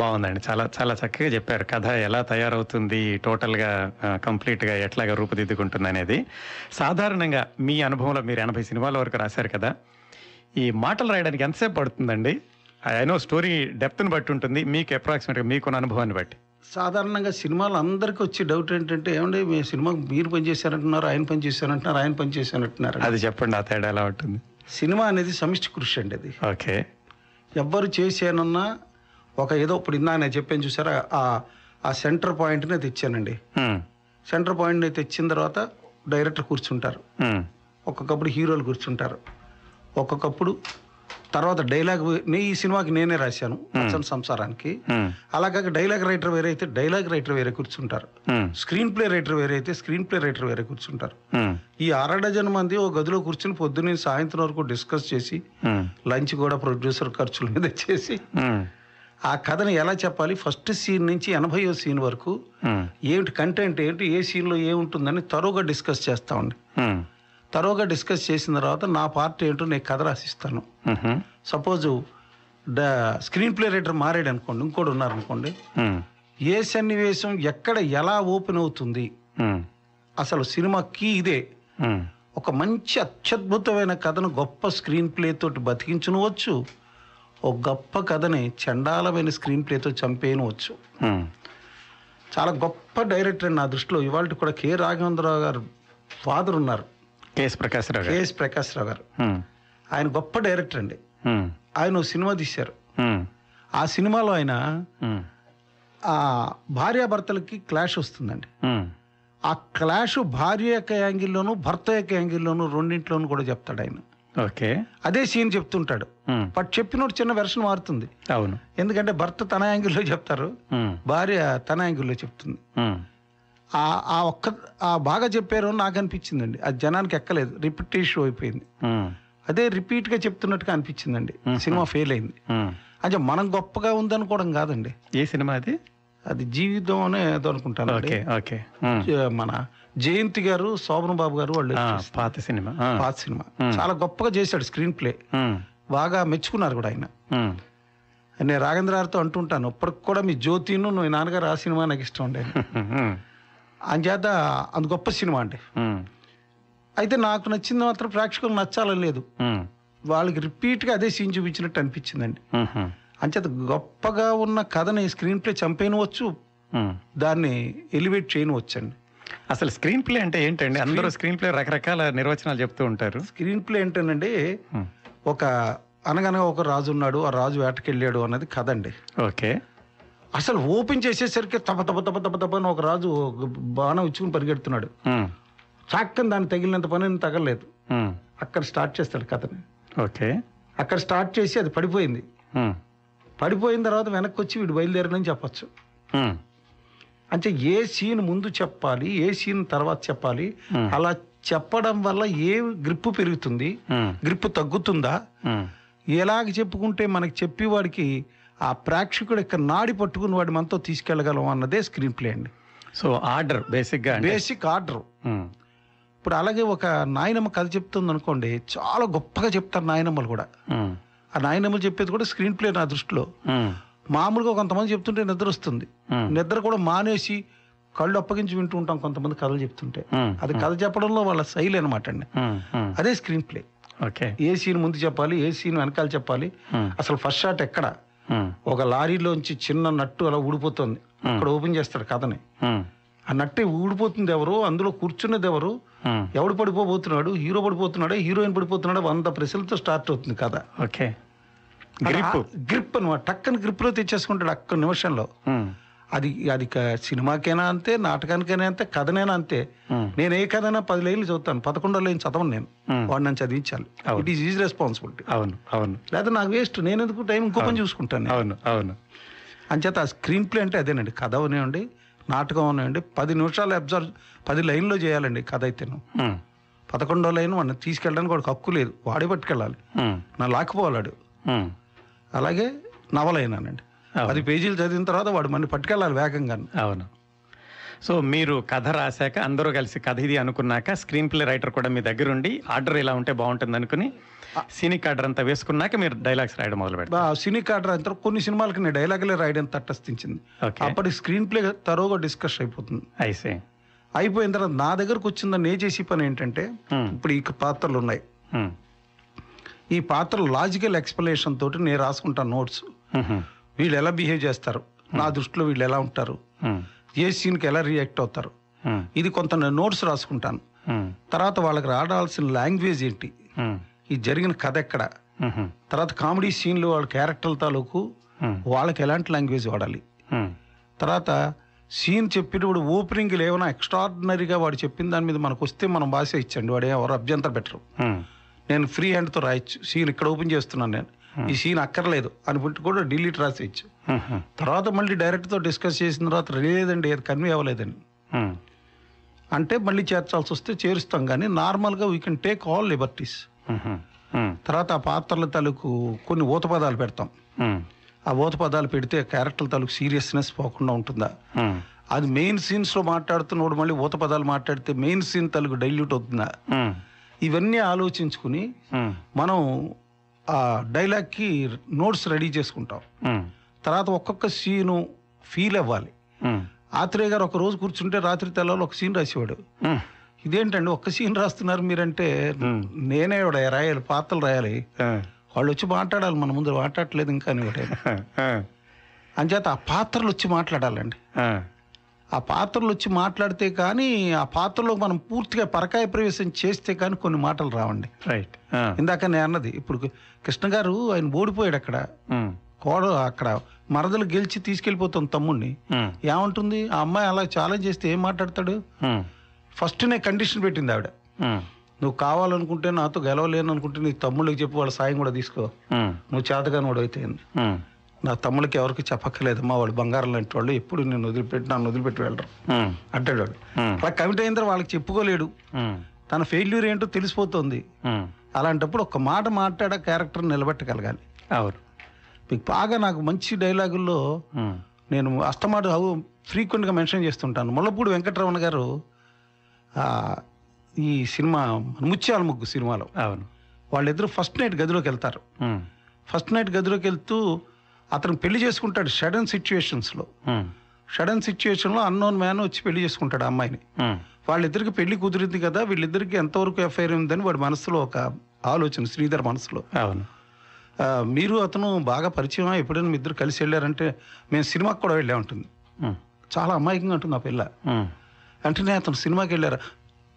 Speaker 1: బాగుందండి చాలా చాలా చక్కగా చెప్పారు కథ ఎలా తయారవుతుంది టోటల్గా ఆ, కంప్లీట్గా ఎట్లాగా రూపుదిద్దుకుంటుంది అనేది సాధారణంగా మీ అనుభవంలో మీరు ఎనభై సినిమాల వరకు రాశారు కదా ఈ మాటలు రాయడానికి ఎంతసేపు పడుతుందండి ఐ నో స్టోరీ డెప్త్ని బట్టి ఉంటుంది మీకు అప్రాక్సిమేట్గా మీకున్న అనుభవాన్ని బట్టి
Speaker 3: సాధారణంగా సినిమాలు అందరికీ వచ్చే డౌట్ ఏంటంటే ఏమండి మీ సినిమా మీరు పని చేశారంటున్నారు ఆయన పని చేశారంటున్నారు ఆయన పని చేశారంటున్నారు
Speaker 1: అది చెప్పండి ఆ తేడా ఎలా ఉంటుంది
Speaker 3: సినిమా అనేది సమిష్టి కృషి అండి అది
Speaker 1: ఓకే
Speaker 3: ఎవ్వరు చేశానన్నా ఒక ఏదో ఇప్పుడు ఇందాక నేను చెప్పాను చూసారా ఆ ఆ సెంటర్ పాయింట్నే తెచ్చానండి
Speaker 1: ఉమ్,
Speaker 3: సెంటర్ పాయింట్ని తెచ్చిన తర్వాత డైరెక్టర్ కూర్చుంటారు
Speaker 1: ఉమ్,
Speaker 3: ఒక్కొక్కప్పుడు హీరోలు కూర్చుంటారు ఒక్కొక్కప్పుడు తర్వాత డైలాగ్ నే ఈ సినిమాకి నేనే రాశాను పచ్చని సంసారానికి
Speaker 1: ఉమ్,
Speaker 3: అలా కాక డైలాగ్ రైటర్ వేరే అయితే డైలాగ్ రైటర్ వేరే కూర్చుంటారు
Speaker 1: ఉమ్,
Speaker 3: స్క్రీన్ ప్లే రైటర్ వేరే అయితే స్క్రీన్ ప్లే రైటర్ వేరే కూర్చుంటారు
Speaker 1: ఉమ్,
Speaker 3: ఈ అర డజన్ మంది ఓ గదిలో కూర్చుని పొద్దున్నే సాయంత్రం వరకు డిస్కస్ చేసి
Speaker 1: ఉమ్,
Speaker 3: లంచ్ కూడా ప్రొడ్యూసర్ ఖర్చుల మీద చేసి
Speaker 1: ఉమ్,
Speaker 3: ఆ కథని ఎలా చెప్పాలి ఫస్ట్ సీన్ నుంచి ఎనభైయో సీన్ వరకు
Speaker 1: ఉమ్,
Speaker 3: ఏమిటి కంటెంట్ ఏంటి ఏ సీన్లో ఏముంటుందని తరువుగా డిస్కస్ చేస్తామండి
Speaker 1: ఉమ్,
Speaker 3: తరువుగా డిస్కస్ చేసిన తర్వాత నా పార్ట్ ఏంటో నేను కథ రాసిస్తాను
Speaker 1: ఉహు,
Speaker 3: suppose the screenplay writer మారాడు అనుకోండి ఇంకోటి ఉన్నారనుకోండి
Speaker 1: ఉమ్,
Speaker 3: ఏ సన్నివేశం ఎక్కడ ఎలా ఓపెన్ అవుతుంది
Speaker 1: ఉమ్,
Speaker 3: అసలు సినిమా కీ ఇదే
Speaker 1: ఉమ్,
Speaker 3: ఒక మంచి అత్యద్భుతమైన కథను గొప్ప స్క్రీన్ ప్లే తోటి బతికించునవచ్చు ఒక గొప్ప కథని చండాలమైన స్క్రీన్ ప్లేతో చంపేయనవచ్చు
Speaker 1: ఉమ్,
Speaker 3: చాలా గొప్ప డైరెక్టర్ అండి నా దృష్టిలో ఇవాళ కూడా కె రాఘవేంద్రరావు గారు ఫాదర్ ఉన్నారు
Speaker 1: కేఎస్ ప్రకాశ్ రావు గారు
Speaker 3: కేఎస్ ప్రకాష్ రావు గారు
Speaker 1: ఉమ్,
Speaker 3: ఆయన గొప్ప డైరెక్టర్ అండి
Speaker 1: ఉమ్,
Speaker 3: ఆయన ఓ సినిమా తీశారు
Speaker 1: ఉమ్,
Speaker 3: ఆ సినిమాలో ఆయన
Speaker 1: ఉమ్,
Speaker 3: ఆ భార్యాభర్తలకి క్లాష్ వస్తుందండి
Speaker 1: ఉమ్,
Speaker 3: ఆ క్లాష్ భార్య యొక్క యాంగిల్లోను భర్త యొక్క యాంగిల్లోను రెండింటిలోనూ కూడా చెప్తాడు ఆయన
Speaker 1: ఓకే
Speaker 3: అదే సీన్ చెప్తుంటాడు
Speaker 1: ఉమ్,
Speaker 3: బట్ చెప్పినోడు చిన్న వెర్షన్ మారుతుంది
Speaker 1: Hmm. అవును Hmm.
Speaker 3: ఎందుకంటే భర్త తన యాంగిల్లో చెప్తారు
Speaker 1: ఉమ్,
Speaker 3: భార్య తన యాంగిల్లో చెప్తుంది
Speaker 1: ఉమ్,
Speaker 3: ఆ ఆ ఒక్క ఆ బాగా చెప్పారు అని నాకు అనిపించిందండి అది జనానికి ఎక్కలేదు రిపిటేషన్ అయిపోయింది
Speaker 1: ఉమ్,
Speaker 3: అదే రిపీట్గా చెప్తున్నట్టుగా అనిపించిందండి సినిమా ఫెయిల్ అయింది
Speaker 1: ఉమ్.
Speaker 3: అంటే మనం గొప్పగా ఉందనుకోవడం కాదండి
Speaker 1: Hmm. ఏ సినిమా అది
Speaker 3: అది జీవితం అనే ఏదో అనుకుంటాను
Speaker 1: ఓకే ఓకే ఉమ్,
Speaker 3: జ- మన జయంతి గారు శోభన్ బాబు గారు వాళ్ళు
Speaker 1: ఆ, Ah, పాత సినిమా Ah. Hmm. ఆ,
Speaker 3: పాత సినిమా చాలా గొప్పగా చేశాడు స్క్రీన్ ప్లే
Speaker 1: ఉమ్,
Speaker 3: బాగా మెచ్చుకున్నారు కూడా ఆయన
Speaker 1: ఉమ్,
Speaker 3: నేను రాఘేంద్ర గారితో అంటుంటాను ఇప్పటికి కూడా మీ జ్యోతిను నువ్వు నాన్నగారు ఆ సినిమా నాకు ఇష్టం ఉండే
Speaker 1: ఉమ్,
Speaker 3: అని చేత అంత గొప్ప సినిమా అండి
Speaker 1: ఉమ్,
Speaker 3: అయితే నాకు నచ్చింది మాత్రం ప్రేక్షకులు నచ్చాలని లేదు
Speaker 1: ఉమ్,
Speaker 3: వాళ్ళకి రిపీట్గా అదే సీన్ చూపించినట్టు అనిపించిందండి
Speaker 1: ఉమ్,
Speaker 3: అంచేత గొప్పగా ఉన్న కథని స్క్రీన్ ప్లే చంపేయనవచ్చు
Speaker 1: ఉమ్.
Speaker 3: దాన్ని ఎలివేట్ చేయనవచ్చండి
Speaker 1: Hmm. అసలు స్క్రీన్ ప్లే అంటే ఏంటండి అందరూ స్క్రీన్ ప్లే రకరకాల నిర్వచనాలు చెప్తూ ఉంటారు Hmm.
Speaker 3: స్క్రీన్ ప్లే ఏంటంటే
Speaker 1: ఉమ్,
Speaker 3: ఒక అనగనగా ఒక రాజు ఉన్నాడు ఆ రాజు వేటకెళ్ళాడు అన్నది కథ అండి
Speaker 1: ఓకే
Speaker 3: అసలు ఓపెన్ చేసేసరికి తప తప తప తప తప అని ఒక రాజు బాణం ఇచ్చుకుని పరిగెడుతున్నాడు
Speaker 1: ఉమ్,
Speaker 3: చక్కని దాన్ని తగిలినంత పని నేను తగలలేదు
Speaker 1: ఉమ్,
Speaker 3: అక్కడ స్టార్ట్ చేస్తాడు కథని
Speaker 1: ఓకే
Speaker 3: అక్కడ స్టార్ట్ చేసి అది పడిపోయింది
Speaker 1: ఉమ్,
Speaker 3: పడిపోయిన తర్వాత వెనక్కి వచ్చి వీడు బయలుదేరనని చెప్పొచ్చు
Speaker 1: ఉమ్,
Speaker 3: అంటే ఏ సీన్ ముందు చెప్పాలి ఏ సీన్ తర్వాత చెప్పాలి
Speaker 1: Hmm.
Speaker 3: అలా చెప్పడం వల్ల ఏ గ్రిప్ పెరుగుతుంది
Speaker 1: ఉమ్,
Speaker 3: గ్రిప్ తగ్గుతుందా
Speaker 1: ఉమ్,
Speaker 3: ఎలాగ చెప్పుకుంటే మనకి చెప్పి వాడికి ఆ ప్రేక్షకుడు ఇక్కడ నాడి పట్టుకుని వాడి మనతో తీసుకెళ్ళగలం అన్నదే స్క్రీన్ ప్లే అండి
Speaker 1: సో ఆర్డర్ బేసిక్గా అంటే Hmm.
Speaker 3: బేసిక్ ఆర్డర్
Speaker 1: ఉమ్,
Speaker 3: ఇప్పుడు అలాగే ఒక నాయనమ్మ కథ చెప్తుంది అనుకోండి చాలా గొప్పగా చెప్తారు నాయనమ్మలు కూడా
Speaker 1: ఉమ్,
Speaker 3: ఆ నాయనమ్మలు చెప్పేది కూడా స్క్రీన్ ప్లే నా దృష్టిలో
Speaker 1: ఉమ్,
Speaker 3: మామూలుగా కొంతమంది చెప్తుంటే నిద్ర వస్తుంది
Speaker 1: ఉమ్,
Speaker 3: నిద్ర కూడా మానేసి కళ్ళు అప్పగించి వింటూ ఉంటాం కొంతమంది కథలు చెప్తుంటే
Speaker 1: ఉమ్,
Speaker 3: అది కథ చెప్పడంలో వాళ్ళ శైలి అనమాట అండి
Speaker 1: ఉమ్, ఉమ్,
Speaker 3: అదే స్క్రీన్ ప్లే
Speaker 1: ఓకే
Speaker 3: ఏ సీన్ ముందు చెప్పాలి ఏ సీన్ వెనకాల చెప్పాలి
Speaker 1: ఉమ్,
Speaker 3: అసలు ఫస్ట్ షాట్ ఎక్కడ
Speaker 1: ఉమ్,
Speaker 3: ఒక లారీలోంచి చిన్న నట్టు అలా ఊడిపోతుంది అక్కడ ఓపెన్ చేస్తాడు కథని
Speaker 1: ఉమ్,
Speaker 3: ఆ నట్టు ఊడిపోతుంది ఎవరు అందులో కూర్చున్నది ఎవరు
Speaker 1: ఉమ్,
Speaker 3: ఎవడు పడిపోబోతున్నాడు హీరో పడిపోతున్నాడా హీరోయిన్ పడిపోతున్నాడా వంద ప్రశ్నలతో స్టార్ట్ అవుతుంది కథ
Speaker 1: ఓకే గ్రిప్
Speaker 3: గ్రిప్ అనమాట టక్కని గ్రిప్లో తెచ్చేసుకుంటాడు అక్క నిమిషంలో
Speaker 1: ఉమ్,
Speaker 3: అది అది క- సినిమాకైనా అంతే నాటకానికైనా అంతే కథనైనా అంతే
Speaker 1: ఉమ్,
Speaker 3: నేను ఏ కథైనా పది లైన్లు చదువుతాను పదకొండో లైన్ చదవను నేను
Speaker 1: ఉమ్,
Speaker 3: వాడు నన్ను చదివించాలి
Speaker 1: అవును.
Speaker 3: ఇట్ ఈస్ ఈజ్ రెస్పాన్సిబిలిటీ
Speaker 1: అవును అవును
Speaker 3: లేదా నాకు వేస్ట్ నేను ఎందుకు టైం ఇంకో పని చూసుకుంటాను నేను.
Speaker 1: అవును అవును
Speaker 3: అంచేత ఆ స్క్రీన్ ప్లే అంటే అదేనండి కథ అవనివ్వండి నాటకం అవనివ్వండి పది నిమిషాలు అబ్జర్వ్ పది లైన్లో చేయాలండి కథ అయితేను
Speaker 1: ఉమ్,
Speaker 3: పదకొండో లైన్ వాడిని తీసుకెళ్ళడానికి వాడికి హక్కు లేదు వాడే పట్టుకెళ్ళాలి
Speaker 1: ఉమ్,
Speaker 3: నా లాక్కుపోవాలాడు
Speaker 1: ఉమ్,
Speaker 3: అలాగే నవలైనానండి
Speaker 1: అవును.
Speaker 3: పది పేజీలు చదివిన తర్వాత వాడు మన పట్టుకెళ్ళాలి వేగంగా
Speaker 1: అవును సో మీరు కథ రాశాక అందరూ కలిసి కథ ఇది అనుకున్నాక స్క్రీన్ ప్లే రైటర్ కూడా మీ దగ్గర ఉండి ఆర్డర్ ఇలా ఉంటే బాగుంటుంది అనుకుని సీనిక్ ఆర్డర్ అంతా వేసుకున్నాక మీరు డైలాగ్స్ రాయడం మొదలు పెడతారు
Speaker 3: సినీ కాటర్ అంతా కొన్ని సినిమాలకి నేను డైలాగులే రాయడం తటస్థించింది
Speaker 1: ఓకే
Speaker 3: అప్పటి స్క్రీన్ ప్లే తరోగా డిస్కస్ అయిపోతుంది
Speaker 1: ఐసే
Speaker 3: అయిపోయిన తర్వాత నా దగ్గరకు వచ్చిందని నేను చేసే పని ఏంటంటే
Speaker 1: Hmm.
Speaker 3: ఇప్పుడు ఈ పాత్రలు ఉన్నాయి ఈ పాత్రలు లాజికల్ ఎక్స్ప్లెనేషన్ తోటి నేను రాసుకుంటాను నోట్స్
Speaker 1: Hmm.
Speaker 3: వీళ్ళు ఎలా బిహేవ్ చేస్తారు నా దృష్టిలో వీళ్ళు ఎలా ఉంటారు
Speaker 1: Hmm.
Speaker 3: ఏ సీన్కి ఎలా రియాక్ట్ అవుతారు ఇది కొంత నోట్స్ రాసుకుంటాను తర్వాత వాళ్ళకి రాడాల్సిన లాంగ్వేజ్ ఏంటి
Speaker 1: Hmm.
Speaker 3: ఈ జరిగిన కథ ఎక్కడ తర్వాత కామెడీ సీన్లు వాళ్ళ క్యారెక్టర్ల తాలూకు
Speaker 1: Hmm.
Speaker 3: వాళ్ళకి ఎలాంటి లాంగ్వేజ్ వాడాలి తర్వాత సీన్ చెప్పినప్పుడు ఓపెనింగ్ ఏమైనా ఎక్స్ట్రాడినరీగా వాడు చెప్పిన దాని మీద మనకు వస్తే మనం భాష ఇచ్చండి వాడు ఎవరు అభ్యంతర పెట్టరు నేను ఫ్రీ హ్యాండ్తో రాయొచ్చు సీన్ ఇక్కడ ఓపెన్ చేస్తున్నాను నేను ఈ సీన్ అక్కర్లేదు అనుకుంటే కూడా డిలీట్ రాసేయచ్చు తర్వాత మళ్ళీ డైరెక్ట్తో డిస్కస్ చేసిన తర్వాత లేదండి అది కన్వే అవ్వలేదండి అంటే మళ్ళీ చేర్చాల్సి వస్తే చేరుస్తాం కానీ నార్మల్గా we can take all liberties తర్వాత ఆ పాత్రల తాలూకు కొన్ని ఊత పదాలు పెడతాం ఆ ఊత పదాలు పెడితే క్యారెక్టర్ తాలూకు సీరియస్నెస్ పోకుండా ఉంటుందా అది మెయిన్ సీన్స్లో మాట్లాడుతున్నప్పుడు మళ్ళీ ఊత పదాలు మాట్లాడితే మెయిన్ సీన్ తాలూకు డైల్యూట్ అవుతుందా ఇవన్నీ ఆలోచించుకుని మనం ఆ డైలాగ్కి నోట్స్ రెడీ చేసుకుంటాం తర్వాత ఒక్కొక్క సీను ఫీల్ అవ్వాలి ఆత్రేయ గారు ఒక రోజు కూర్చుంటే రాత్రి తెల్లలో ఒక సీన్ రాసేవాడు ఇదేంటండి ఒక్క సీన్ రాస్తున్నారు మీరంటే నేనే రాయాలి పాత్రలు రాయాలి వాళ్ళు వచ్చి మాట్లాడాలి మన ముందు మాట్లాడట్లేదు ఇంకా అని ఒకటే అంచేత ఆ పాత్రలు వచ్చి మాట్లాడాలండి ఆ పాత్రలు వచ్చి మాట్లాడితే కానీ ఆ పాత్రలో మనం పూర్తిగా పరకాయ ప్రవేశం చేస్తే కానీ కొన్ని మాటలు రావండి
Speaker 1: రైట్
Speaker 3: ఇందాక నేను అన్నది ఇప్పుడు కృష్ణ గారు ఆయన ఓడిపోయాడు అక్కడ కోడ అక్కడ మరదలు గెలిచి తీసుకెళ్ళిపోతాం తమ్ముడిని ఏమంటుంది ఆ అమ్మాయి అలా ఛాలెంజ్ చేస్తే ఏం మాట్లాడతాడు ఫస్ట్ నేను కండిషన్ పెట్టింది ఆవిడ నువ్వు కావాలనుకుంటే నాతో గెలవలేను అనుకుంటే నీ తమ్ముళ్ళకి చెప్పు వాళ్ళ సాయం కూడా తీసుకో నువ్వు చేతగాని వాడు అయితే అని. నా తమ్ముళ్ళకి ఎవరికి చెప్పక్కర్లేదమ్మా వాడు బంగారం లాంటి వాళ్ళు ఎప్పుడు నేను వదిలిపెట్టి నన్ను వదిలిపెట్టి వెళ్ళరు అంటాడు వాడు అలా కమిట్ అయిందో వాళ్ళకి చెప్పుకోలేడు తన ఫెయిల్యూర్ ఏంటో తెలిసిపోతుంది అలాంటప్పుడు ఒక్క మాట మాట్లాడ క్యారెక్టర్ నిలబెట్టగలగాలి
Speaker 1: అవును
Speaker 3: మీకు బాగా నాకు మంచి డైలాగుల్లో
Speaker 1: ఉమ్,
Speaker 3: నేను అస్తమాట ఫ్రీక్వెంట్గా మెన్షన్ చేస్తుంటాను ముళ్ళపూడి వెంకటరమణ గారు ఆ, ఈ సినిమా ముత్యాల ముగ్గు సినిమాలో
Speaker 1: అవును
Speaker 3: వాళ్ళిద్దరూ ఫస్ట్ నైట్ గదిలోకి వెళ్తారు
Speaker 1: ఉమ్,
Speaker 3: ఫస్ట్ నైట్ గదిలోకి వెళ్తూ అతను పెళ్లి చేసుకుంటాడు సడన్ సిచ్యుయేషన్స్లో
Speaker 1: ఉమ్,
Speaker 3: సడన్ సిచ్యుయేషన్లో అన్నోన్ మ్యాన్ వచ్చి పెళ్లి చేసుకుంటాడు ఆ అమ్మాయిని
Speaker 1: ఉమ్,
Speaker 3: వాళ్ళిద్దరికి పెళ్లి కుదిరింది కదా వీళ్ళిద్దరికి ఎంతవరకు ఎఫ్ఐఆర్ ఉందని వాడి మనసులో ఒక ఆలోచన శ్రీధర్ మనసులో
Speaker 1: అవును
Speaker 3: ఆ, మీరు అతను బాగా పరిచయమా ఎప్పుడైనా మీ ఇద్దరు కలిసి వెళ్ళారంటే మేము సినిమాకి కూడా వెళ్ళే ఉంటుంది
Speaker 1: ఉమ్,
Speaker 3: చాలా అమాయకంగా ఉంటుంది ఆ పిల్ల
Speaker 1: ఉమ్,
Speaker 3: అంటే నేను అతను సినిమాకి వెళ్ళారా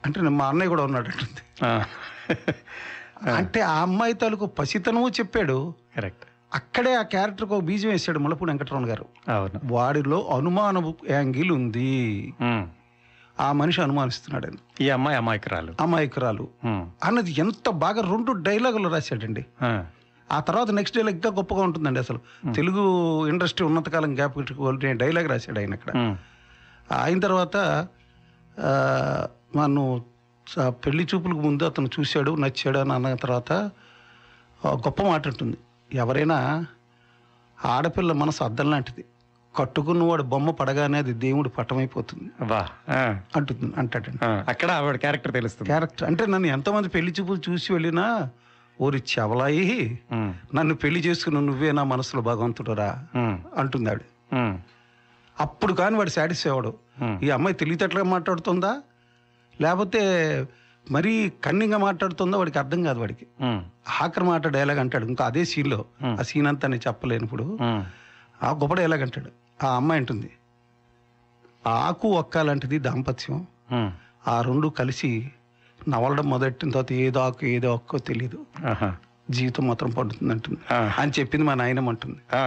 Speaker 3: అంటే నేను మా అన్నయ్య కూడా ఉన్నాడు అంటుంది
Speaker 1: ఆ,
Speaker 3: అంటే ఆ అమ్మాయి తాలూకు పసితనము చెప్పాడు
Speaker 1: కరెక్ట్
Speaker 3: అక్కడే ఆ క్యారెక్టర్కి ఒక బీజం వేసాడు ముళ్ళపూడి వెంకటరమణ గారు
Speaker 1: అవును
Speaker 3: వాడిలో అనుమానం యాంగిల్ ఉంది
Speaker 1: ఉమ్,
Speaker 3: ఆ మనిషి అనుమానిస్తున్నాడు
Speaker 1: ఈ అమ్మాయి అమాయకురాలు
Speaker 3: అమాయకురాలు
Speaker 1: ఉమ్,
Speaker 3: అన్నది ఎంత బాగా రెండు డైలాగులు రాశాడండి
Speaker 1: ఆ,
Speaker 3: ఆ తర్వాత నెక్స్ట్ డైలాగ్ ఇంకా గొప్పగా ఉంటుందండి అసలు తెలుగు ఇండస్ట్రీ ఉన్నతకాలం గ్యాప్ పెట్టుకోవాలి డైలాగ్ రాశాడు ఆయన అక్కడ
Speaker 1: ఉమ్,
Speaker 3: అయిన తర్వాత ఆ, నన్ను స- పెళ్లి చూపులకు ముందు అతను చూశాడు నచ్చాడు అని అన్న తర్వాత ఆ, గొప్ప మాట ఉంటుంది ఎవరైనా ఆడపిల్ల మనసు అద్దం లాంటిది కట్టుకున్నవాడు బొమ్మ పడగానే అది దేవుడి పటమైపోతుంది
Speaker 1: వా ఆ,
Speaker 3: అంటుంది అంటాడండి
Speaker 1: ఆ, అక్కడ ఆవిడ క్యారెక్టర్ తెలుస్తుంది
Speaker 3: క్యారెక్టర్ అంటే నన్ను ఎంతమంది పెళ్లి చూపులు చూసి వెళ్ళినా ఓరి చెవలాయి
Speaker 1: ఉమ్,
Speaker 3: నన్ను పెళ్లి చేసుకున్న నువ్వే నా మనసులో భగవంతుడురా
Speaker 1: ఉమ్,
Speaker 3: అంటుంది ఆవిడ
Speaker 1: ఉమ్,
Speaker 3: అప్పుడు కానీ వాడు సాటిస్ఫై అవడు
Speaker 1: ఉమ్,
Speaker 3: ఈ అమ్మాయి తెలివితేటలుగా మాట్లాడుతుందా లేకపోతే మరీ కన్నింగా మాట్లాడుతుందా వాడికి అర్థం కాదు వాడికి
Speaker 1: ఉమ్,
Speaker 3: ఆఖరి మాట డైలాగ్ అంటాడు ఇంకా అదే సీన్లో ఆ సీన్ అంతా నేను చెప్పలేనప్పుడు
Speaker 1: ఉమ్,
Speaker 3: ఆ గొప్ప డైలాగ్ అంటాడు ఆ అమ్మాయి అంటుంది ఆ ఆకు ఒక్క లాంటిది దాంపత్యం
Speaker 1: ఉమ్,
Speaker 3: ఆ రెండు కలిసి నవలడం మొదటిన తర్వాత ఏదో ఆకు ఏదో ఆకో తెలియదు
Speaker 1: ఆహా,
Speaker 3: జీవితం మాత్రం పండుతుంది అంటుంది
Speaker 1: ఆ,
Speaker 3: అని చెప్పింది మా నాయనమ్మ అంటుంది
Speaker 1: ఆ,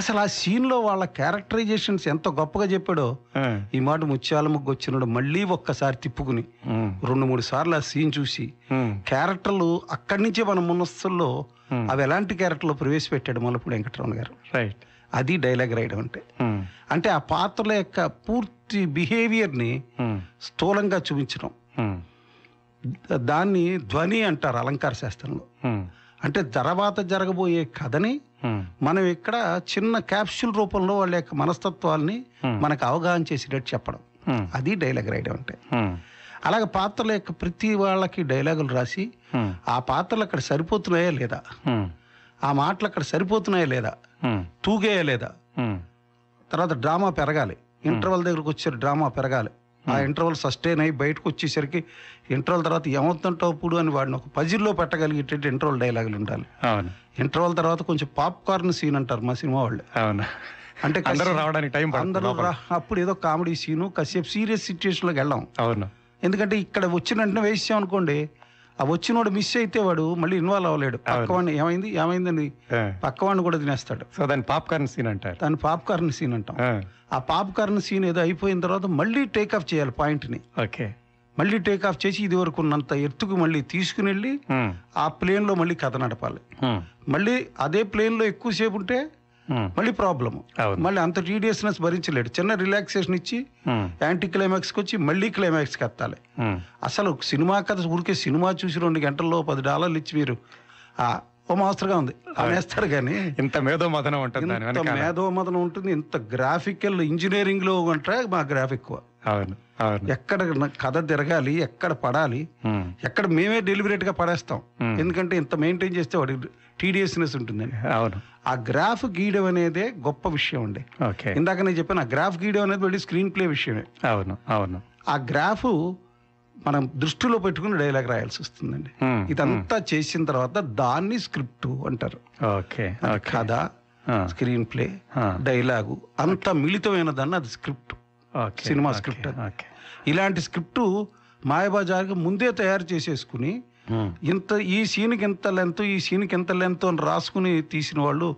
Speaker 3: అసలు ఆ సీన్లో వాళ్ళ క్యారెక్టరైజేషన్స్ ఎంత గొప్పగా చెప్పాడో
Speaker 1: ఆ,
Speaker 3: ఈ మాట ముత్యాల ముగ్గు వచ్చినాడు మళ్ళీ ఒక్కసారి తిప్పుకుని
Speaker 1: ఉమ్,
Speaker 3: రెండు మూడు సార్లు ఆ సీన్ చూసి
Speaker 1: ఉమ్,
Speaker 3: క్యారెక్టర్లు అక్కడి నుంచే మన మునస్సుల్లో
Speaker 1: Hmm.
Speaker 3: అవి ఎలాంటి క్యారెక్టర్లో ప్రవేశపెట్టాడు మల్లపూడి వెంకటరమణ గారు
Speaker 1: రైట్
Speaker 3: అది డైలాగ్ రాయడం అంటే
Speaker 1: ఉమ్,
Speaker 3: అంటే ఆ పాత్రల యొక్క పూర్తి బిహేవియర్ని
Speaker 1: ఉమ్,
Speaker 3: స్థూలంగా చూపించడం
Speaker 1: ఉమ్,
Speaker 3: ద- దాన్ని ధ్వని అంటారు అలంకార శాస్త్రంలో
Speaker 1: ఉమ్,
Speaker 3: అంటే తర్వాత జరగబోయే కథని
Speaker 1: ఉమ్,
Speaker 3: మనం ఇక్కడ చిన్న క్యాప్సూల్ రూపంలో వాళ్ళ యొక్క మనస్తత్వాల్ని
Speaker 1: Hmm.
Speaker 3: మనకు అవగాహన చేసేటట్టు చెప్పడం
Speaker 1: ఉమ్,
Speaker 3: అది డైలాగ్ రాయడం అంటే
Speaker 1: ఉమ్,
Speaker 3: అలాగే పాత్రల యొక్క ప్రతి వాళ్ళకి డైలాగులు రాసి
Speaker 1: ఉమ్,
Speaker 3: ఆ పాత్రలు అక్కడ సరిపోతున్నాయా లేదా
Speaker 1: ఉమ్,
Speaker 3: ఆ మాటలు అక్కడ సరిపోతున్నాయా లేదా
Speaker 1: ఉమ్,
Speaker 3: తూగేయా లేదా
Speaker 1: ఉమ్,
Speaker 3: తర్వాత డ్రామా పెరగాలి ఇంటర్వల్ దగ్గరకు వచ్చే డ్రామా పెరగాలి ఆ ఇంటర్వల్ సస్టైన్ అయ్యి బయటకు వచ్చేసరికి ఇంటర్వల్ తర్వాత ఏమవుతుంటప్పుడు అని వాడిని ఒక పజిల్లో పెట్టగలిగేటట్టు ఇంటర్వల్ డైలాగులు ఉండాలి
Speaker 1: అవును
Speaker 3: ఇంటర్వల్ తర్వాత కొంచెం పాప్కార్న్ సీన్ అంటారు మా సినిమా వాళ్ళు
Speaker 1: అవును
Speaker 3: అంటే కసి-
Speaker 1: అందరూ రావడానికి టైం పడుతుంది
Speaker 3: అందరూ రా- అప్పుడు ఏదో కామెడీ సీను కాసేపు సీరియస్ సిచ్యుయేషన్లోకి వెళ్ళాం
Speaker 1: అవును
Speaker 3: ఎందుకంటే ఇక్కడ వచ్చిన వెంటనే వేసాం అనుకోండి ఆ వచ్చినోడు మిస్ అయితే వాడు మళ్ళీ ఇన్వాల్వ్ అవ్వలేడు పక్కవాడిని ఏమైంది ఏమైందని పక్కవాడిని కూడా తినేస్తాడు
Speaker 1: సో దాన్ని పాప్కార్న్ సీన్ అంటారు
Speaker 3: దాని పాప్కార్న్ సీన్ అంటాం
Speaker 1: ఆ,
Speaker 3: ఆ పాప్కార్న్ సీన్ ఏదో అయిపోయిన తర్వాత మళ్ళీ టేక్ ఆఫ్ చేయాలి పాయింట్ని
Speaker 1: ఓకే
Speaker 3: మళ్ళీ టేక్ ఆఫ్ చేసి ఇది వరకు ఉన్నంత ఎత్తుకు మళ్ళీ తీసుకుని వెళ్ళి
Speaker 1: ఉమ్,
Speaker 3: ఆ ప్లేన్లో మళ్ళీ కథ నడపాలి
Speaker 1: ఉమ్,
Speaker 3: మళ్ళీ అదే ప్లేన్లో ఎక్కువసేపు ఉంటే
Speaker 1: ఉమ్,
Speaker 3: మళ్ళీ ప్రాబ్లము
Speaker 1: అవును
Speaker 3: మళ్ళీ అంత టీడియస్నెస్ భరించలేడు చిన్న రిలాక్సేషన్ ఇచ్చి
Speaker 1: ఉమ్,
Speaker 3: యాంటీ క్లైమాక్స్కి వచ్చి మళ్ళీ క్లైమాక్స్కి ఎత్తాలి
Speaker 1: ఉమ్,
Speaker 3: అసలు సినిమా కథ ఊరికే సినిమా చూసి రెండు గంటల్లో పది డాలర్లు ఇచ్చి మీరు ఆ, ఓ మాస్టర్గా ఉంది అనేస్తారు కానీ
Speaker 1: ఇంత మేధో మదనం ఉంటుంది దాని
Speaker 3: ఇంత
Speaker 1: వెనకాల
Speaker 3: మేధోమదనం ఉంటుంది ఇంత గ్రాఫికల్ ఇంజనీరింగ్ లో ఉంటే మా గ్రాఫ్ ఎక్కువ
Speaker 1: అవును అవును
Speaker 3: ఎక్కడ న- కథ తిరగాలి ఎక్కడ పడాలి
Speaker 1: ఉమ్,
Speaker 3: ఎక్కడ మేమే డెలివరేట్ గా పడేస్తాం
Speaker 1: Hmm.
Speaker 3: ఎందుకంటే ఇంత మెయింటైన్ చేస్తే వాడికి టీడీఎస్నెస్ ఉంటుందని
Speaker 1: అవును
Speaker 3: ఆ గ్రాఫ్ గీయడం అనేదే గొప్ప విషయం అండి
Speaker 1: ఓకే
Speaker 3: ఇందాక నేను చెప్పాను ఆ గ్రాఫ్ గీయడం అనేది మళ్ళీ స్క్రీన్ ప్లే విషయమే
Speaker 1: అవును అవును
Speaker 3: ఆ గ్రాఫ్ మనం దృష్టిలో పెట్టుకుని డైలాగ్ రాయాల్సి వస్తుందండి
Speaker 1: మ్మ్.
Speaker 3: ఇదంతా చేసిన తర్వాత దాన్ని స్క్రిప్ట్ అంటారు
Speaker 1: ఓకే ఓకే
Speaker 3: కథ
Speaker 1: ఆ,
Speaker 3: స్క్రీన్ ప్లే
Speaker 1: ఆ,
Speaker 3: డైలాగు అంతా మిళితమైన దాన్ని అది script
Speaker 1: okay,
Speaker 3: cinema
Speaker 1: okay,
Speaker 3: script అది.
Speaker 1: ఓకే
Speaker 3: ఇలాంటి స్క్రిప్ట్ మాయబజార్కి ముందే తయారు చేసేసుకుని
Speaker 1: మ్మ్.
Speaker 3: ఇంత ఈ సీన్కి ఎంత లెంత్ ఈ సీన్కి ఎంత లెంత్ అని రాసుకుని తీసిన వాళ్ళు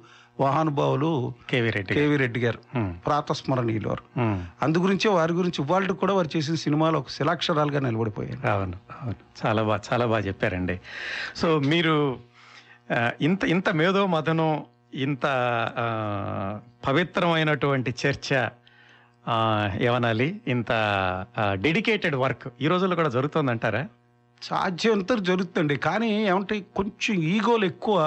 Speaker 3: మహానుభావులు
Speaker 1: కేవీ రెడ్డి
Speaker 3: కేవీ రెడ్డి గారు
Speaker 1: మ్మ్.
Speaker 3: ప్రాతస్మరణీయులు వారు
Speaker 1: మ్మ్.
Speaker 3: అందు గురించే వారి గురించి ఇవాళ కూడా వారు చేసిన సినిమాలు ఒక శిలాక్షరాలుగా నిలబడిపోయాయి
Speaker 1: అవును అవును చాలా బాగా చాలా బాగా చెప్పారండి సో మీరు ఆ, ఇంత ఇంత మేధో మదనం ఇంత ఆ, పవిత్రమైనటువంటి చర్చ ఆ, ఏమనాలి ఇంత డెడికేటెడ్ వర్క్ ఈ రోజుల్లో కూడా జరుగుతుందంటారా
Speaker 3: సాధ్యంతో జరుగుతుంది కానీ ఏమంటే కొంచెం ఈగోలు ఎక్కువ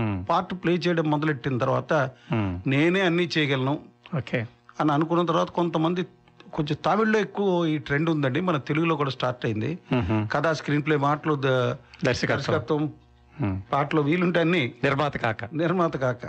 Speaker 1: ఉమ్,
Speaker 3: పార్ట్ ప్లే చేయడం మొదలెట్టిన తర్వాత
Speaker 1: ఉమ్,
Speaker 3: నేనే అన్నీ చేయగలను
Speaker 1: ఓకే
Speaker 3: అని అనుకున్న తర్వాత కొంతమంది కొంచెం తమిళ్లో ఎక్కువ ఈ ట్రెండ్ ఉందండి మన తెలుగులో కూడా స్టార్ట్ అయింది
Speaker 1: ఉహు,
Speaker 3: కథ స్క్రీన్ ప్లే మాటలు ద-
Speaker 1: దర్శకత్వం
Speaker 3: దర్శకత్వం
Speaker 1: ఉమ్,
Speaker 3: పాటలు వీలుంటే అన్ని
Speaker 1: నిర్మాత కాక
Speaker 3: నిర్మాత కాక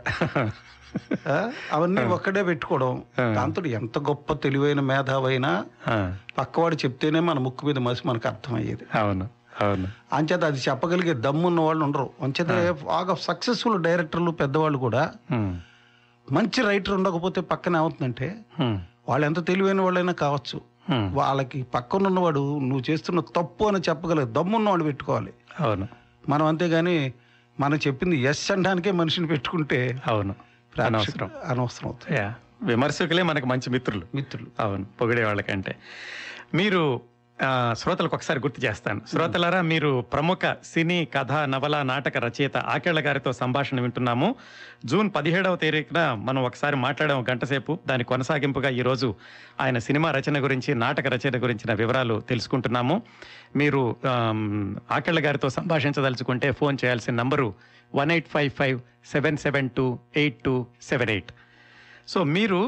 Speaker 3: ఆ, అవన్నీ ఒక్కడే పెట్టుకోవడం
Speaker 1: ఆ.
Speaker 3: దాంతో ఎంత గొప్ప తెలివైన మేధావైనా
Speaker 1: ఆ,
Speaker 3: పక్కవాడు చెప్తేనే మన ముక్కు మీద మసి మనకు అర్థమయ్యేది
Speaker 1: అవును అవును
Speaker 3: అంచేత అది చెప్పగలిగే దమ్మున్న వాళ్ళు ఉండరు అంచేత బాగా సక్సెస్ఫుల్ డైరెక్టర్లు పెద్దవాళ్ళు కూడా
Speaker 1: ఉమ్,
Speaker 3: మంచి రైటర్ ఉండకపోతే పక్కన ఏమవుతుందంటే
Speaker 1: ఉమ్,
Speaker 3: వాళ్ళు ఎంత తెలివైన వాళ్ళైనా కావచ్చు
Speaker 1: ఉమ్,
Speaker 3: వాళ్ళకి పక్కన ఉన్నవాడు నువ్వు చేస్తున్న తప్పు అని చెప్పగలరు దమ్మున్నవాడు పెట్టుకోవాలి
Speaker 1: అవును
Speaker 3: మనం అంతేగాని మనం చెప్పింది ఎస్ అనడానికే మనిషిని పెట్టుకుంటే
Speaker 1: అవును
Speaker 3: ప్రేక్షకు
Speaker 1: అనవసరం
Speaker 3: అనవసరం అవుతుంది
Speaker 1: యా. విమర్శకులే మనకు మంచి మిత్రులు
Speaker 3: మిత్రులు
Speaker 1: అవును పొగిడే వాళ్ళకంటే మీరు ఆ, శ్రోతలకు ఒకసారి గుర్తు చేస్తాను శ్రోతలారా మీరు ప్రముఖ సినీ కథ నవల నాటక రచయిత ఆకేళ్ల గారితో సంభాషణ వింటున్నాము జూన్ పదిహేడవ తేదీన మనం ఒకసారి మాట్లాడాము గంటసేపు దాని కొనసాగింపుగా ఈరోజు ఆయన సినిమా రచన గురించి నాటక రచన గురించిన వివరాలు తెలుసుకుంటున్నాము మీరు ఆమ్, ఆకేళ్ల గారితో సంభాషించదలుచుకుంటే ఫోన్ చేయాల్సిన నంబరు one eight five five seven seven two eight two seven eight so మీరు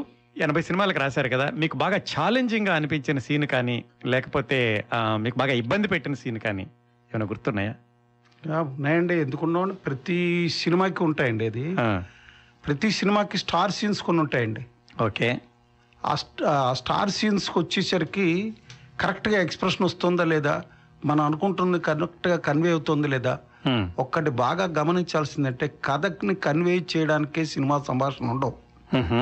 Speaker 1: ఎనభై సినిమాలకు రాశారు కదా మీకు బాగా ఛాలెంజింగ్గా అనిపించిన సీన్ కానీ లేకపోతే ఆ, మీకు బాగా ఇబ్బంది పెట్టిన సీన్ కానీ ఏమైనా గుర్తున్నాయా
Speaker 3: ఆ, ఉన్నాయండి ఎందుకున్నా ప్రతి సినిమాకి ఉంటాయండి అది
Speaker 1: ఆ,
Speaker 3: ప్రతి సినిమాకి స్టార్ సీన్స్ కొన్ని ఉంటాయండి
Speaker 1: ఓకే
Speaker 3: ఆ స్ట్- ఆ స్టార్ సీన్స్కి వచ్చేసరికి కరెక్ట్గా ఎక్స్ప్రెషన్ వస్తుందా లేదా మనం అనుకుంటుంది కరెక్ట్గా కన్వే అవుతుంది లేదా
Speaker 1: హ్మ్,
Speaker 3: ఒక్కటి బాగా గమనించాల్సిందంటే కథని కన్వే చేయడానికే సినిమా సంభాషణ ఉండవు
Speaker 1: మ్హూ,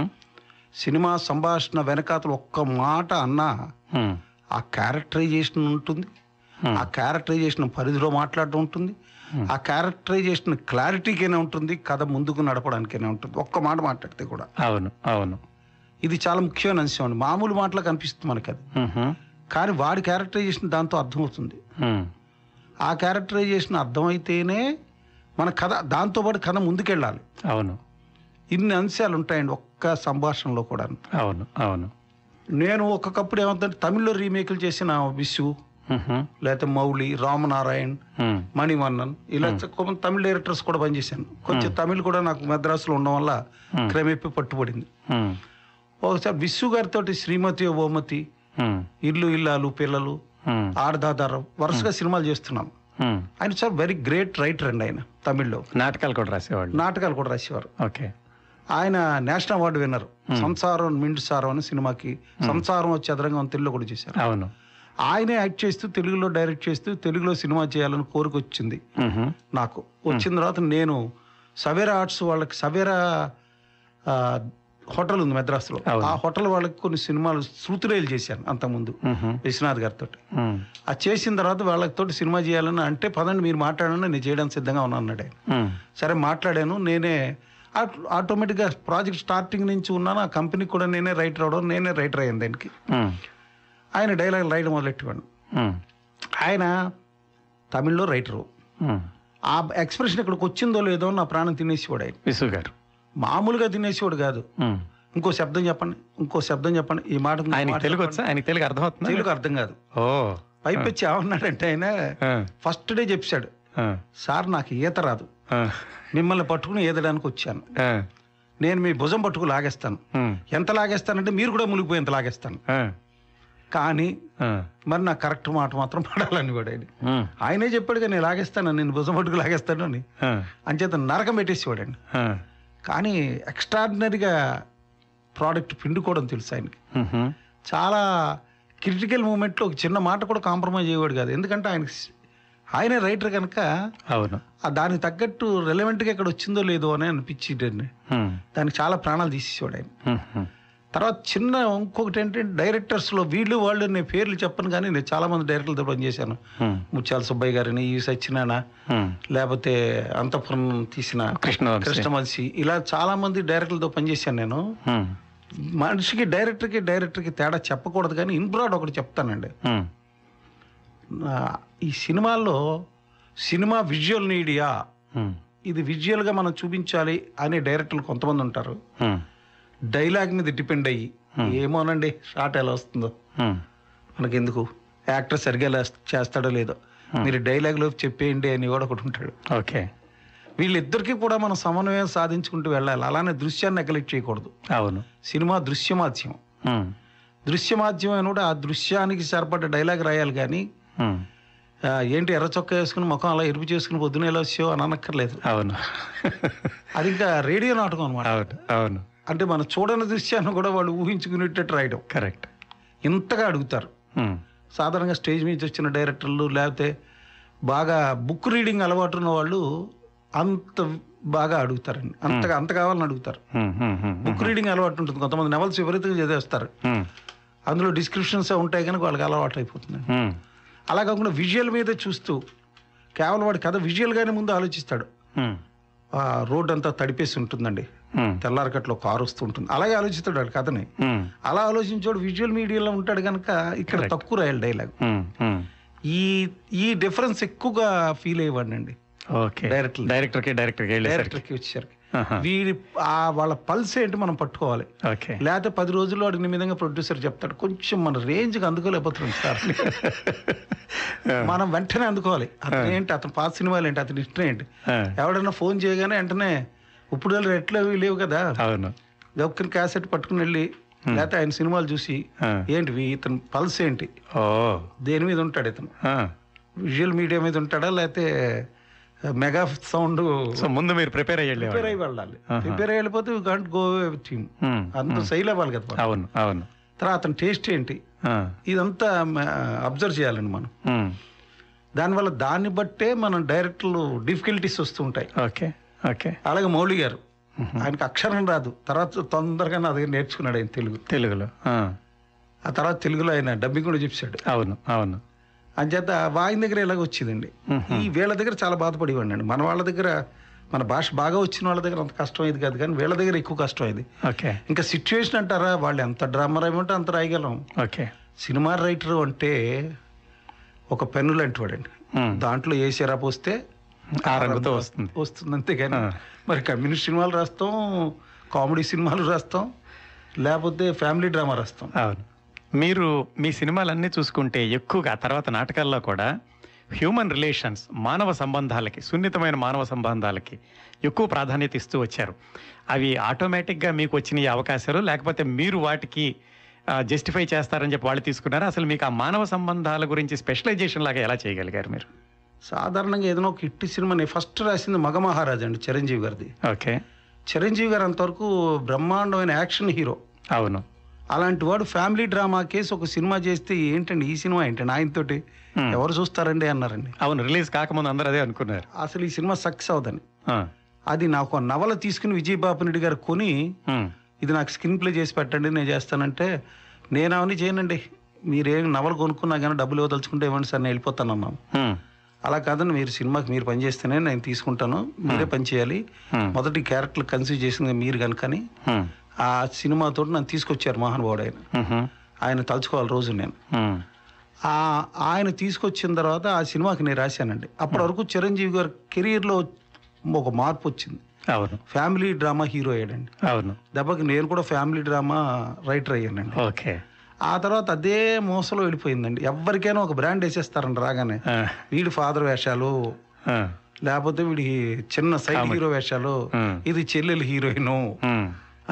Speaker 3: సినిమా సంభాషణ వెనకాతల ఒక్క మాట అన్నా
Speaker 1: హ్మ్,
Speaker 3: ఆ క్యారెక్టరైజేషన్ ఉంటుంది ఆ క్యారెక్టరైజేషన్ పరిధిలో మాట్లాడడం ఉంటుంది ఆ క్యారెక్టరైజేషన్ క్లారిటీకైనా ఉంటుంది కథ ముందుకు నడపడానికైనా ఉంటుంది ఒక్క మాట మాట్లాడితే కూడా
Speaker 1: అవును అవును
Speaker 3: ఇది చాలా ముఖ్యమైన అంశం అండి మామూలు మాటలా కనిపిస్తుంది మనకి అది
Speaker 1: మ్హూ,
Speaker 3: కానీ వాడి క్యారెక్టరైజేషన్ దాంతో అర్థమవుతుంది
Speaker 1: హ్మ్,
Speaker 3: ఆ క్యారెక్టరైజేషన్ అర్థమైతేనే మన కథ దాంతోపాటు కథ ముందుకెళ్ళాలి
Speaker 1: అవును
Speaker 3: ఇన్ని అంశాలు ఉంటాయండి ఒక్క సంభాషణలో కూడా
Speaker 1: అవును అవును
Speaker 3: నేను ఒక్కొక్కప్పుడు ఏమవుతుందంటే తమిళ్లో రీమేకులు చేసిన విషు
Speaker 1: మ్హూ,
Speaker 3: లేకపోతే మౌళి రామనారాయణ్
Speaker 1: హ్మ్,
Speaker 3: మణివన్నన్ ఇలా కొంత తమిళ డైరెక్టర్స్ కూడా పనిచేశాను కొంచెం తమిళ్ కూడా నాకు మద్రాసులో ఉండడం వల్ల క్రమేపీ పట్టుబడింది
Speaker 1: హ్మ్,
Speaker 3: ఒకసారి విశ్వ గారితో శ్రీమతి ఓమతి
Speaker 1: హ్మ్,
Speaker 3: ఇల్లు ఇల్లాలు పిల్లలు
Speaker 1: హ్మ్,
Speaker 3: ఆడదాదారం వరుసగా సినిమాలు చేస్తున్నాం
Speaker 1: హ్మ్.
Speaker 3: ఆయన సార్ వెరీ గ్రేట్ రైటర్ అండి ఆయన తమిళ్లో
Speaker 1: నాటకాలు కూడా రాసేవాళ్ళు
Speaker 3: నాటకాలు కూడా రాసేవారు
Speaker 1: ఓకే
Speaker 3: ఆయన నేషనల్ అవార్డు విన్నర్ సంసారం మిండు సారం అనే సినిమాకి సంసారం చదరంగం అని తెలుగులో కూడా చేశారు
Speaker 1: అవును
Speaker 3: ఆయనే యాక్ట్ చేస్తూ తెలుగులో డైరెక్ట్ చేస్తూ తెలుగులో సినిమా చేయాలని కోరిక వచ్చింది
Speaker 1: మ్హూ,
Speaker 3: నాకు వచ్చిన తర్వాత నేను సవేరా ఆర్ట్స్ వాళ్ళకి సవేరా ఆ, హోటల్ ఉంది మెద్రాసులో
Speaker 1: అవును.
Speaker 3: ఆ హోటల్ వాళ్ళకి కొన్ని సినిమాలు శృతిరేలు చేశాను అంతకుముందు
Speaker 1: మ్హూ,
Speaker 3: విశ్వనాథ్ గారితో
Speaker 1: హ్మ్,
Speaker 3: అది చేసిన తర్వాత వాళ్ళతో సినిమా చేయాలని అంటే పదండి మీరు మాట్లాడండి నేను చేయడానికి సిద్ధంగా ఉన్నాను అన్నాడు ఆయన.
Speaker 1: హ్మ్,
Speaker 3: సరే మాట్లాడాను నేనే ఆట్- ఆటోమేటిక్గా ప్రాజెక్ట్ స్టార్టింగ్ నుంచి ఉన్నాను ఆ కంపెనీకి కూడా నేనే రైటర్ అవడం నేనే రైటర్ అయ్యాను దానికి
Speaker 1: హ్మ్,
Speaker 3: ఆయన డైలాగ్ రాయడం మొదలెట్టివాడు
Speaker 1: హ్మ్,
Speaker 3: ఆయన తమిళ్లో రైటరు
Speaker 1: హ్మ్.
Speaker 3: ఆ ఎక్స్ప్రెషన్ ఇక్కడికి వచ్చిందో లేదో నా ప్రాణం తినేసేవాడు ఆయన
Speaker 1: విసు గారు
Speaker 3: మామూలుగా తినేసేవాడు కాదు
Speaker 1: హ్మ్.
Speaker 3: ఇంకో శబ్దం చెప్పండి ఇంకో శబ్దం చెప్పండి ఈ మాట ఇంకో
Speaker 1: ఆయనకి
Speaker 3: మాట
Speaker 1: తెలుగు
Speaker 3: చెప్పండి.
Speaker 1: వచ్చా ఆయనకి తెలుగు అర్థమవుతుందా
Speaker 3: తెలుగు అర్థం కాదు
Speaker 1: ఓ
Speaker 3: పైపెచ్చి ఏమన్నాడంటే ఆయన
Speaker 1: ఆ,
Speaker 3: ఫస్ట్ డే చెప్పాడు
Speaker 1: ఆ,
Speaker 3: సార్ నాకు ఈత రాదు
Speaker 1: ఆ,
Speaker 3: మిమ్మల్ని పట్టుకుని ఈదడానికి వచ్చాను
Speaker 1: ఆ,
Speaker 3: నేను మీ భుజం పట్టుకు లాగేస్తాను
Speaker 1: ఉమ్,
Speaker 3: ఎంత లాగేస్తానంటే మీరు కూడా మునిగిపోయేంత లాగేస్తాను
Speaker 1: ఆ,
Speaker 3: కానీ
Speaker 1: ఆ,
Speaker 3: మరి నా కరెక్ట్ మాట మాత్రం పడాలని కూడా ఆయన
Speaker 1: ఉమ్,
Speaker 3: ఆయనే చెప్పాడు కానీ నేను లాగేస్తాను నేను భుజం పట్టుకు లాగేస్తాను అని
Speaker 1: ఆ,
Speaker 3: అంచేత నరకం పెట్టేసేవాడండి
Speaker 1: ఆ,
Speaker 3: కానీ ఎక్స్ట్రాడినరీగా ప్రోడక్ట్ పిండుకోవడం తెలుసు ఆయనకి
Speaker 1: ఉహుం,
Speaker 3: చాలా క్రిటికల్ మూమెంట్లో ఒక చిన్న మాట కూడా కాంప్రమైజ్ అయ్యేవాడు కాదు ఎందుకంటే ఆయన ఆయనే రైటర్ కనుక
Speaker 1: అవును
Speaker 3: ఆ దానికి తగ్గట్టు రెలవెంట్గా ఇక్కడ వచ్చిందో లేదో అని అనిపించేటండి
Speaker 1: హ్మ్,
Speaker 3: దానికి చాలా ప్రాణాలు తీసేసేవాడు ఆయన
Speaker 1: హ్మ్, హ్మ్.
Speaker 3: తర్వాత చిన్న ఇంకొకటి ఏంటంటే డైరెక్టర్స్లో వీళ్ళు వాళ్ళు నేను పేర్లు చెప్పను కానీ నేను చాలామంది డైరెక్టర్లతో పనిచేశాను
Speaker 1: హ్మ్,
Speaker 3: ముత్యాల సుబ్బయ్య గారిని ఈ సత్యనారాయణ
Speaker 1: హ్మ్.
Speaker 3: లేకపోతే అంతఃపురం తీసిన
Speaker 1: కృష్ణవంశీ.
Speaker 3: కృష్ణవంశీ ఇలా చాలామంది డైరెక్టర్లతో పనిచేశాను నేను
Speaker 1: హ్మ్,
Speaker 3: మనిషికి డైరెక్టర్కి డైరెక్టర్కి తేడా చెప్పకూడదు కానీ ఇన్బ్రాడ్ ఒకటి చెప్తానండి
Speaker 1: హ్మ్.
Speaker 3: నా- ఈ సినిమాల్లో సినిమా విజువల్ మీడియా
Speaker 1: హ్మ్,
Speaker 3: ఇది విజువల్గా మనం చూపించాలి అనే డైరెక్టర్లు కొంతమంది ఉంటారు
Speaker 1: హ్మ్,
Speaker 3: డైలాగ్ మీద డిపెండ్ అయ్యి ఏమోనండి షాట్ ఎలా వస్తుందో
Speaker 1: హ్మ్.
Speaker 3: మనకి ఎందుకు యాక్టర్ సరిగ్గా లేస్- చేస్తాడో లేదో మీరు డైలాగ్లో చెప్పేయండి అని కూడా ఒకటి ఉంటాడు
Speaker 1: ఓకే
Speaker 3: వీళ్ళిద్దరికీ కూడా మనం సమన్వయం సాధించుకుంటూ వెళ్ళాలి అలానే దృశ్యాన్ని నెగ్లెక్ట్ చేయకూడదు
Speaker 1: అవును
Speaker 3: సినిమా దృశ్యమాధ్యం
Speaker 1: హ్మ్,
Speaker 3: దృశ్యమాధ్యం అని కూడా ఆ దృశ్యానికి సరిపడ్డ డైలాగ్ రాయాలి కానీ
Speaker 1: హ్మ్.
Speaker 3: ఆ, ఏంటి ఎర్ర చొక్కా వేసుకుని ముఖం అలా ఎరుపు చేసుకుని పొద్దున ఎలా వచ్చావు అని అనక్కర్లేదు
Speaker 1: అవును
Speaker 3: అది ఇంకా రేడియో నాటకం అనమాట
Speaker 1: అవును అవును
Speaker 3: అంటే మనం చూడని దృశ్యాన్ని కూడా వాళ్ళు ఊహించుకునేటట్టు రాయడం
Speaker 1: కరెక్ట్
Speaker 3: ఇంతగా అడుగుతారు
Speaker 1: హ్మ్,
Speaker 3: సాధారణంగా స్టేజ్ మీద వచ్చిన డైరెక్టర్లు లేకపోతే బాగా బుక్ రీడింగ్ అలవాటు ఉన్న వాళ్ళు అంత బాగా అడుగుతారండి అంతగా అంత కావాలని అడుగుతారు
Speaker 1: హ్మ్, హ్మ్, హ్మ్,
Speaker 3: బుక్ రీడింగ్ అలవాటు ఉంటుంది కొంతమంది నవల్స్ విపరీతంగా చదివేస్తారు
Speaker 1: హ్మ్,
Speaker 3: అందులో డిస్క్రిప్షన్స్ ఉంటాయి కనుక వాళ్ళకి అలవాటు అయిపోతుంది
Speaker 1: హ్మ్.
Speaker 3: అలా కాకుండా విజువల్ మీదే చూస్తూ కేవలం వాడి కథ విజువల్గానే ముందు ఆలోచిస్తాడు
Speaker 1: హ్మ్,
Speaker 3: ఆ రోడ్ అంతా తడిపేసి ఉంటుందండి
Speaker 1: హ్మ్,
Speaker 3: తెల్లారకట్లో కారు వస్తూ ఉంటుంది అలాగే ఆలోచిస్తాడు వాడు కథని
Speaker 1: హ్మ్,
Speaker 3: అలా ఆలోచించాడు విజువల్ మీడియాలో ఉంటాడు కనుక ఇక్కడ తక్కువ రాయాలి డైలాగ్
Speaker 1: హ్మ్, హ్మ్.
Speaker 3: ఈ ఈ డిఫరెన్స్ ఎక్కువగా ఫీల్ అయ్యేవాడినండి
Speaker 1: ఓకే
Speaker 3: డైరెక్టర్
Speaker 1: డైరెక్టర్కి డైరెక్టర్కి వెళ్ళేసరికి
Speaker 3: డైరెక్టర్కి వచ్చేసరికి
Speaker 1: ఆహా.
Speaker 3: వీడి ఆ వాళ్ళ పల్స్ ఏంటి మనం పట్టుకోవాలి
Speaker 1: ఓకే
Speaker 3: లేకపోతే పది రోజుల్లో అడిగిన విధంగా ప్రొడ్యూసర్ చెప్తాడు కొంచెం మన రేంజ్కి అందుకోలేకపోతున్నాం సార్ మనం వెంటనే అందుకోవాలి అతను ఏంటి అతను పాత సినిమాలు ఏంటి అతని ఇష్టం ఏంటి
Speaker 1: ఆ,
Speaker 3: ఎవడన్నా ఫోన్ చేయగానే వెంటనే ఇప్పుడు వాళ్ళు రెట్లు అవి లేవు కదా
Speaker 1: అవును
Speaker 3: ఒక్కరిని క్యాసెట్ పట్టుకుని వెళ్ళి లేకపోతే ఆయన సినిమాలు చూసి
Speaker 1: ఆ,
Speaker 3: ఏంటి వీ- ఇతని పల్స్ ఏంటి
Speaker 1: Ah. ఓ Ah.
Speaker 3: దేని మీద ఉంటాడు ఇతను
Speaker 1: ఆ.
Speaker 3: విజువల్ మీడియా మీద ఉంటాడా లేకపోతే మెగా సౌండ్
Speaker 1: సో ముందు మీరు ప్రిపేర్ అయ్యి వెళ్ళేవాళ్ళు.
Speaker 3: ప్రిపేర్ అయ్యి వెళ్ళాలి ప్రిపేర్ అయ్యి వెళ్ళిపోతే యూ కాంట్ గో టీమ్
Speaker 1: హ్మ్,
Speaker 3: అంత శైలి అవ్వాలి కదా మనం.
Speaker 1: Hmm. అవును అవును Ah.
Speaker 3: తర్వాత అతని టేస్ట్ ఏంటి
Speaker 1: ఆ,
Speaker 3: ఇదంతా అబ్జర్వ్ చేయాలండి మనం
Speaker 1: హ్మ్,
Speaker 3: దానివల్ల దాన్ని బట్టే మనం డైరెక్టర్లు డిఫికల్టీస్ వస్తూ ఉంటాయి
Speaker 1: ఓకే ఓకే
Speaker 3: అలాగే మౌళి గారు ఆయనకు అక్షరం రాదు తర్వాత తొందరగా నా దగ్గర నేర్చుకున్నాడు ఆయన తెలుగు
Speaker 1: తెలుగులో ఆ,
Speaker 3: ఆ తర్వాత తెలుగులో ఆయన డబ్బింగ్ కూడా చూపిస్తాడు
Speaker 1: అవును అవును
Speaker 3: అంచేత ఆయన దగ్గర ఇలాగ వచ్చిందండి
Speaker 1: మ్మ్.
Speaker 3: ఈ వీళ్ళ దగ్గర చాలా బాధపడేవాడిని అండి మన వాళ్ళ దగ్గర మన భాష బాగా వచ్చిన వాళ్ళ దగ్గర అంత కష్టం ఇది కాదు కానీ వీళ్ళ దగ్గర ఎక్కువ కష్టం ఇది
Speaker 1: ఓకే
Speaker 3: ఇంకా సిచ్యువేషన్ అంటారా వాళ్ళు ఎంత డ్రామా రాయమంటే అంత రాయగలం
Speaker 1: ఓకే
Speaker 3: సినిమా రైటర్ అంటే ఒక పెన్ను లాంటి వాడండి
Speaker 1: హ్మ్.
Speaker 3: దాంట్లో ఏ సిరాప్ వస్తే
Speaker 1: ఆ రంగుతో Hmm. వస్తుంది
Speaker 3: వస్తుంది అంతేగాని
Speaker 1: ఆ.
Speaker 3: మరి కమ్యూనిస్ట్ సినిమాలు రాస్తాం కామెడీ సినిమాలు రాస్తాం లేకపోతే ఫ్యామిలీ డ్రామా రాస్తాం
Speaker 1: అవును మీరు మీ సినిమాలన్నీ చూసుకుంటే ఎక్కువగా ఆ తర్వాత నాటకాల్లో కూడా హ్యూమన్ రిలేషన్స్ మానవ సంబంధాలకి సున్నితమైన మానవ సంబంధాలకి ఎక్కువ ప్రాధాన్యత ఇస్తూ వచ్చారు అవి ఆటోమేటిక్గా మీకు వచ్చిన ఈ అవకాశాలు లేకపోతే మీరు వాటికి జస్టిఫై చేస్తారని చెప్పి వాళ్ళు తీసుకున్నారు అసలు మీకు ఆ మానవ సంబంధాల గురించి స్పెషలైజేషన్ లాగా ఎలా చేయగలిగారు మీరు
Speaker 3: సాధారణంగా ఏదైనా ఒక హిట్ సినిమా నేను ఫస్ట్ రాసింది మగ మహారాజ్ అండి చిరంజీవి గారిది
Speaker 1: ఓకే
Speaker 3: చిరంజీవి గారు అంతవరకు బ్రహ్మాండమైన యాక్షన్ హీరో
Speaker 1: అవును
Speaker 3: అలాంటి వాడు ఫ్యామిలీ డ్రామా కేసు ఒక సినిమా చేస్తే ఏంటండి ఈ సినిమా ఏంటండి ఆయనతోటి
Speaker 1: Hmm.
Speaker 3: ఎవరు చూస్తారండి అన్నారండి
Speaker 1: అవును రిలీజ్ కాకముందు అందరూ అదే అనుకున్నారు
Speaker 3: అసలు ఈ సినిమా సక్సెస్ అవుదని
Speaker 1: ఆ,
Speaker 3: అది నాకు ఒక నవల తీసుకుని విజయ్ బాపిరెడ్డి గారు కొని
Speaker 1: ఉమ్,
Speaker 3: ఇది నాకు స్క్రీన్ ప్లే చేసి పెట్టండి నేను చేస్తానంటే నేను అవన్నీ చేయనండి మీరేం నవలు కొనుక్కున్నా కానీ డబ్బులు ఇవ్వదలుచుకుంటే ఇవ్వండి సార్ నేను వెళ్ళిపోతాను అన్నాను
Speaker 1: ఉమ్,
Speaker 3: అలా కాదండి మీరు సినిమాకి మీరు పని చేస్తేనే నేను తీసుకుంటాను మీరే పని చేయాలి
Speaker 1: Hmm.
Speaker 3: మొదటి క్యారెక్టర్ కన్సీవ్ చేసింది మీరు కనుకని
Speaker 1: ఉమ్,
Speaker 3: ఆ సినిమాతో నన్ను తీసుకొచ్చారు మహానుభావుడు ఆయన
Speaker 1: ఉహు,
Speaker 3: ఆయన తలుచుకోవాలి రోజు నేను
Speaker 1: ఉమ్,
Speaker 3: ఆ ఆయన తీసుకొచ్చిన తర్వాత ఆ సినిమాకి నేను రాశానండి అప్పటి వరకు చిరంజీవి గారి కెరీర్లో ఒక మార్పు వచ్చింది
Speaker 1: అవును
Speaker 3: ఫ్యామిలీ డ్రామా హీరో అయ్యాడండి
Speaker 1: అవును
Speaker 3: దెబ్బకి నేను కూడా ఫ్యామిలీ డ్రామా రైటర్ అయ్యానండి
Speaker 1: ఓకే
Speaker 3: ఆ తర్వాత అదే మోసలో వెళ్ళిపోయిందండి ఎవరికైనా ఒక బ్రాండ్ వేసేస్తారండి రాగానే
Speaker 1: ఆ,
Speaker 3: వీడి ఫాదర్ వేషాలు
Speaker 1: ఆ,
Speaker 3: లేకపోతే వీడి చిన్న సైడ్ హీరో వేషాలు
Speaker 1: ఉమ్,
Speaker 3: ఇది చెల్లెలు హీరోయిన్
Speaker 1: ఉమ్,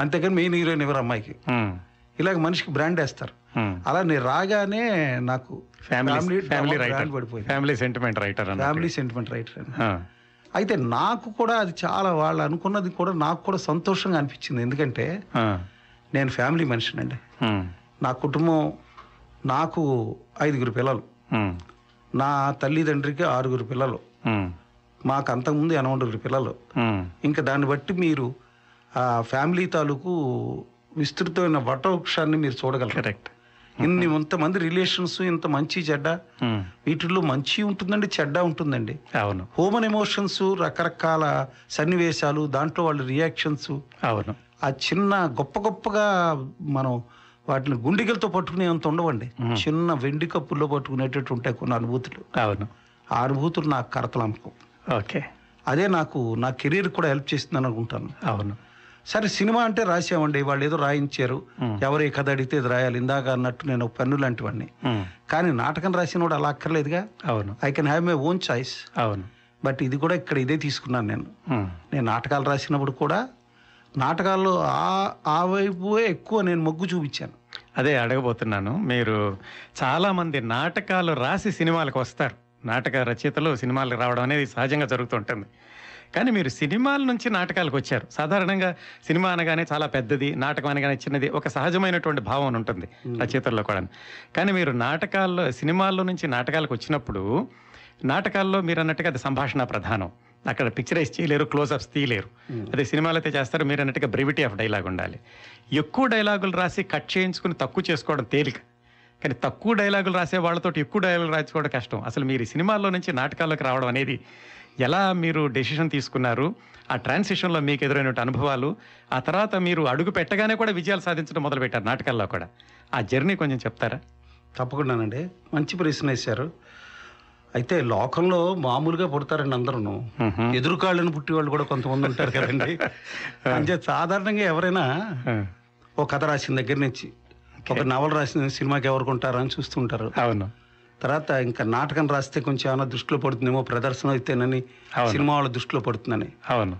Speaker 3: అంతేకాని మెయిన్ హీరోయిన్ ఎవరు అమ్మాయికి
Speaker 1: ఉమ్,
Speaker 3: ఇలాగ మనిషికి బ్రాండ్ వేస్తారు
Speaker 1: ఉమ్.
Speaker 3: అలా నేను రాగానే నాకు
Speaker 1: family
Speaker 3: drama
Speaker 1: family
Speaker 3: brand
Speaker 1: writer
Speaker 3: పడిపోయింది
Speaker 1: ఫ్యామిలీ సెంటిమెంట్ రైటర్ అన్న
Speaker 3: ఫ్యామిలీ సెంటిమెంట్ రైటర్ అని అయితే నాకు కూడా అది చాలా వాళ్ళు అనుకున్నది కూడా నాకు కూడా సంతోషంగా అనిపించింది ఎందుకంటే నేను ఫ్యామిలీ మనిషినండి నా కుటుంబం నాకు ఐదుగురు పిల్లలు
Speaker 1: ఉమ్,
Speaker 3: నా తల్లిదండ్రికి ఆరుగురు పిల్లలు
Speaker 1: ఉమ్,
Speaker 3: మాకు అంతకుముందు ఎనవండుగురు పిల్లలు
Speaker 1: ఉమ్,
Speaker 3: ఇంకా దాన్ని బట్టి మీరు ఆ ఫ్యామిలీ తాలూకు విస్తృతమైన వటవృక్షాన్ని మీరు చూడగలరు
Speaker 1: కరెక్ట్
Speaker 3: ఇన్ని ఇంతమంది రిలేషన్స్ ఇంత మంచి చెడ్డ
Speaker 1: ఉమ్,
Speaker 3: వీటిల్లో మంచి ఉంటుందండి చెడ్డ ఉంటుందండి
Speaker 1: అవును
Speaker 3: హ్యూమన్ ఎమోషన్స్ రకరకాల సన్నివేశాలు దాంట్లో వాళ్ళ రియాక్షన్స్
Speaker 1: అవును
Speaker 3: ఆ చిన్న గొప్ప గొప్పగా మనం వాటిని గుండికలతో పట్టుకునే అంత ఉండవండి చిన్న వెండి కప్పుల్లో పట్టుకునేటట్టు ఉంటాయి కొన్ని అనుభూతులు
Speaker 1: అవును
Speaker 3: ఆ అనుభూతులు నాకు కరతలంపకం
Speaker 1: ఓకే
Speaker 3: అదే నాకు నా కెరీర్ కూడా హెల్ప్ చేస్తుందని అనుకుంటాను
Speaker 1: అవును
Speaker 3: సరే సినిమా అంటే రాసామండి వాళ్ళు ఏదో రాయించారు ఎవరు ఏ కథ అడిగితే ఇది రాయాలి ఇందాక అన్నట్టు నేను ఒక పెన్ను లాంటివాడిని
Speaker 1: ఉమ్,
Speaker 3: కానీ నాటకం రాసినోడు అలా అక్కర్లేదుగా
Speaker 1: అవును
Speaker 3: I can have my own choice
Speaker 1: అవును
Speaker 3: బట్ ఇది కూడా ఇక్కడ ఇదే తీసుకున్నాను నేను
Speaker 1: ఉమ్,
Speaker 3: నేను నాటకాలు రాసినప్పుడు కూడా నాటకాల్లో ఆ ఆ వైపు ఎక్కువ నేను మొగ్గు చూపించాను
Speaker 1: అదే అడగబోతున్నాను మీరు చాలా మంది నాటకాలు రాసి సినిమాలకు వస్తారు నాటక రచయితలు సినిమాలకు రావడం అనేది సహజంగా జరుగుతుంటుంది కానీ మీరు సినిమాల నుంచి నాటకాలకు వచ్చారు సాధారణంగా సినిమా అనగానే చాలా పెద్దది నాటకం అనగానే చిన్నది ఒక సహజమైనటువంటి భావన ఉంటుంది రచయితల్లో కూడా కానీ మీరు నాటకాల్లో సినిమాల్లో నుంచి నాటకాలకు వచ్చినప్పుడు నాటకాల్లో మీరు అన్నట్టుగా అది సంభాషణ ప్రధానం అక్కడ పిక్చరైజ్ చేయలేరు క్లోజప్స్ తీయలేరు అదే సినిమాలు అయితే చేస్తారు మీరు అన్నట్టుగా బ్రివిటీ ఆఫ్ డైలాగ్ ఉండాలి ఎక్కువ డైలాగులు రాసి కట్ చేయించుకుని తక్కువ చేసుకోవడం తేలిక కానీ తక్కువ డైలాగులు రాసే వాళ్ళతో ఎక్కువ డైలాగులు రాసుకోవడం కష్టం అసలు మీరు ఈ సినిమాల్లో నుంచి నాటకాల్లోకి రావడం అనేది ఎలా మీరు డెసిషన్ తీసుకున్నారు ఆ ట్రాన్సిషన్లో మీకు ఎదురైన అనుభవాలు ఆ తర్వాత మీరు అడుగు పెట్టగానే కూడా విజయాలు సాధించడం మొదలుపెట్టారు నాటకాల్లో కూడా ఆ జర్నీ కొంచెం చెప్తారా
Speaker 3: తప్పకుండానండి మంచి ప్రశ్న వేశారు అయితే లోకంలో మామూలుగా పుడతారండి అందరూ
Speaker 1: మ్హూ.
Speaker 3: ఎదురు కాళ్ళను పుట్టి వాళ్ళు కూడా కొంతమంది ఉంటారు కదండి అంటే సాధారణంగా ఎవరైనా ఒక కథ రాసిన దగ్గర నుంచి ఒక నవల రాసిన సినిమాకి ఎవరికి ఉంటారు అని చూస్తుంటారు
Speaker 1: అవును
Speaker 3: తర్వాత ఇంకా నాటకం రాస్తే కొంచెం ఏమైనా దృష్టిలో పడుతుందేమో ప్రదర్శన అయితేనని
Speaker 1: అవును.
Speaker 3: సినిమా వాళ్ళ దృష్టిలో పడుతుందని
Speaker 1: అవును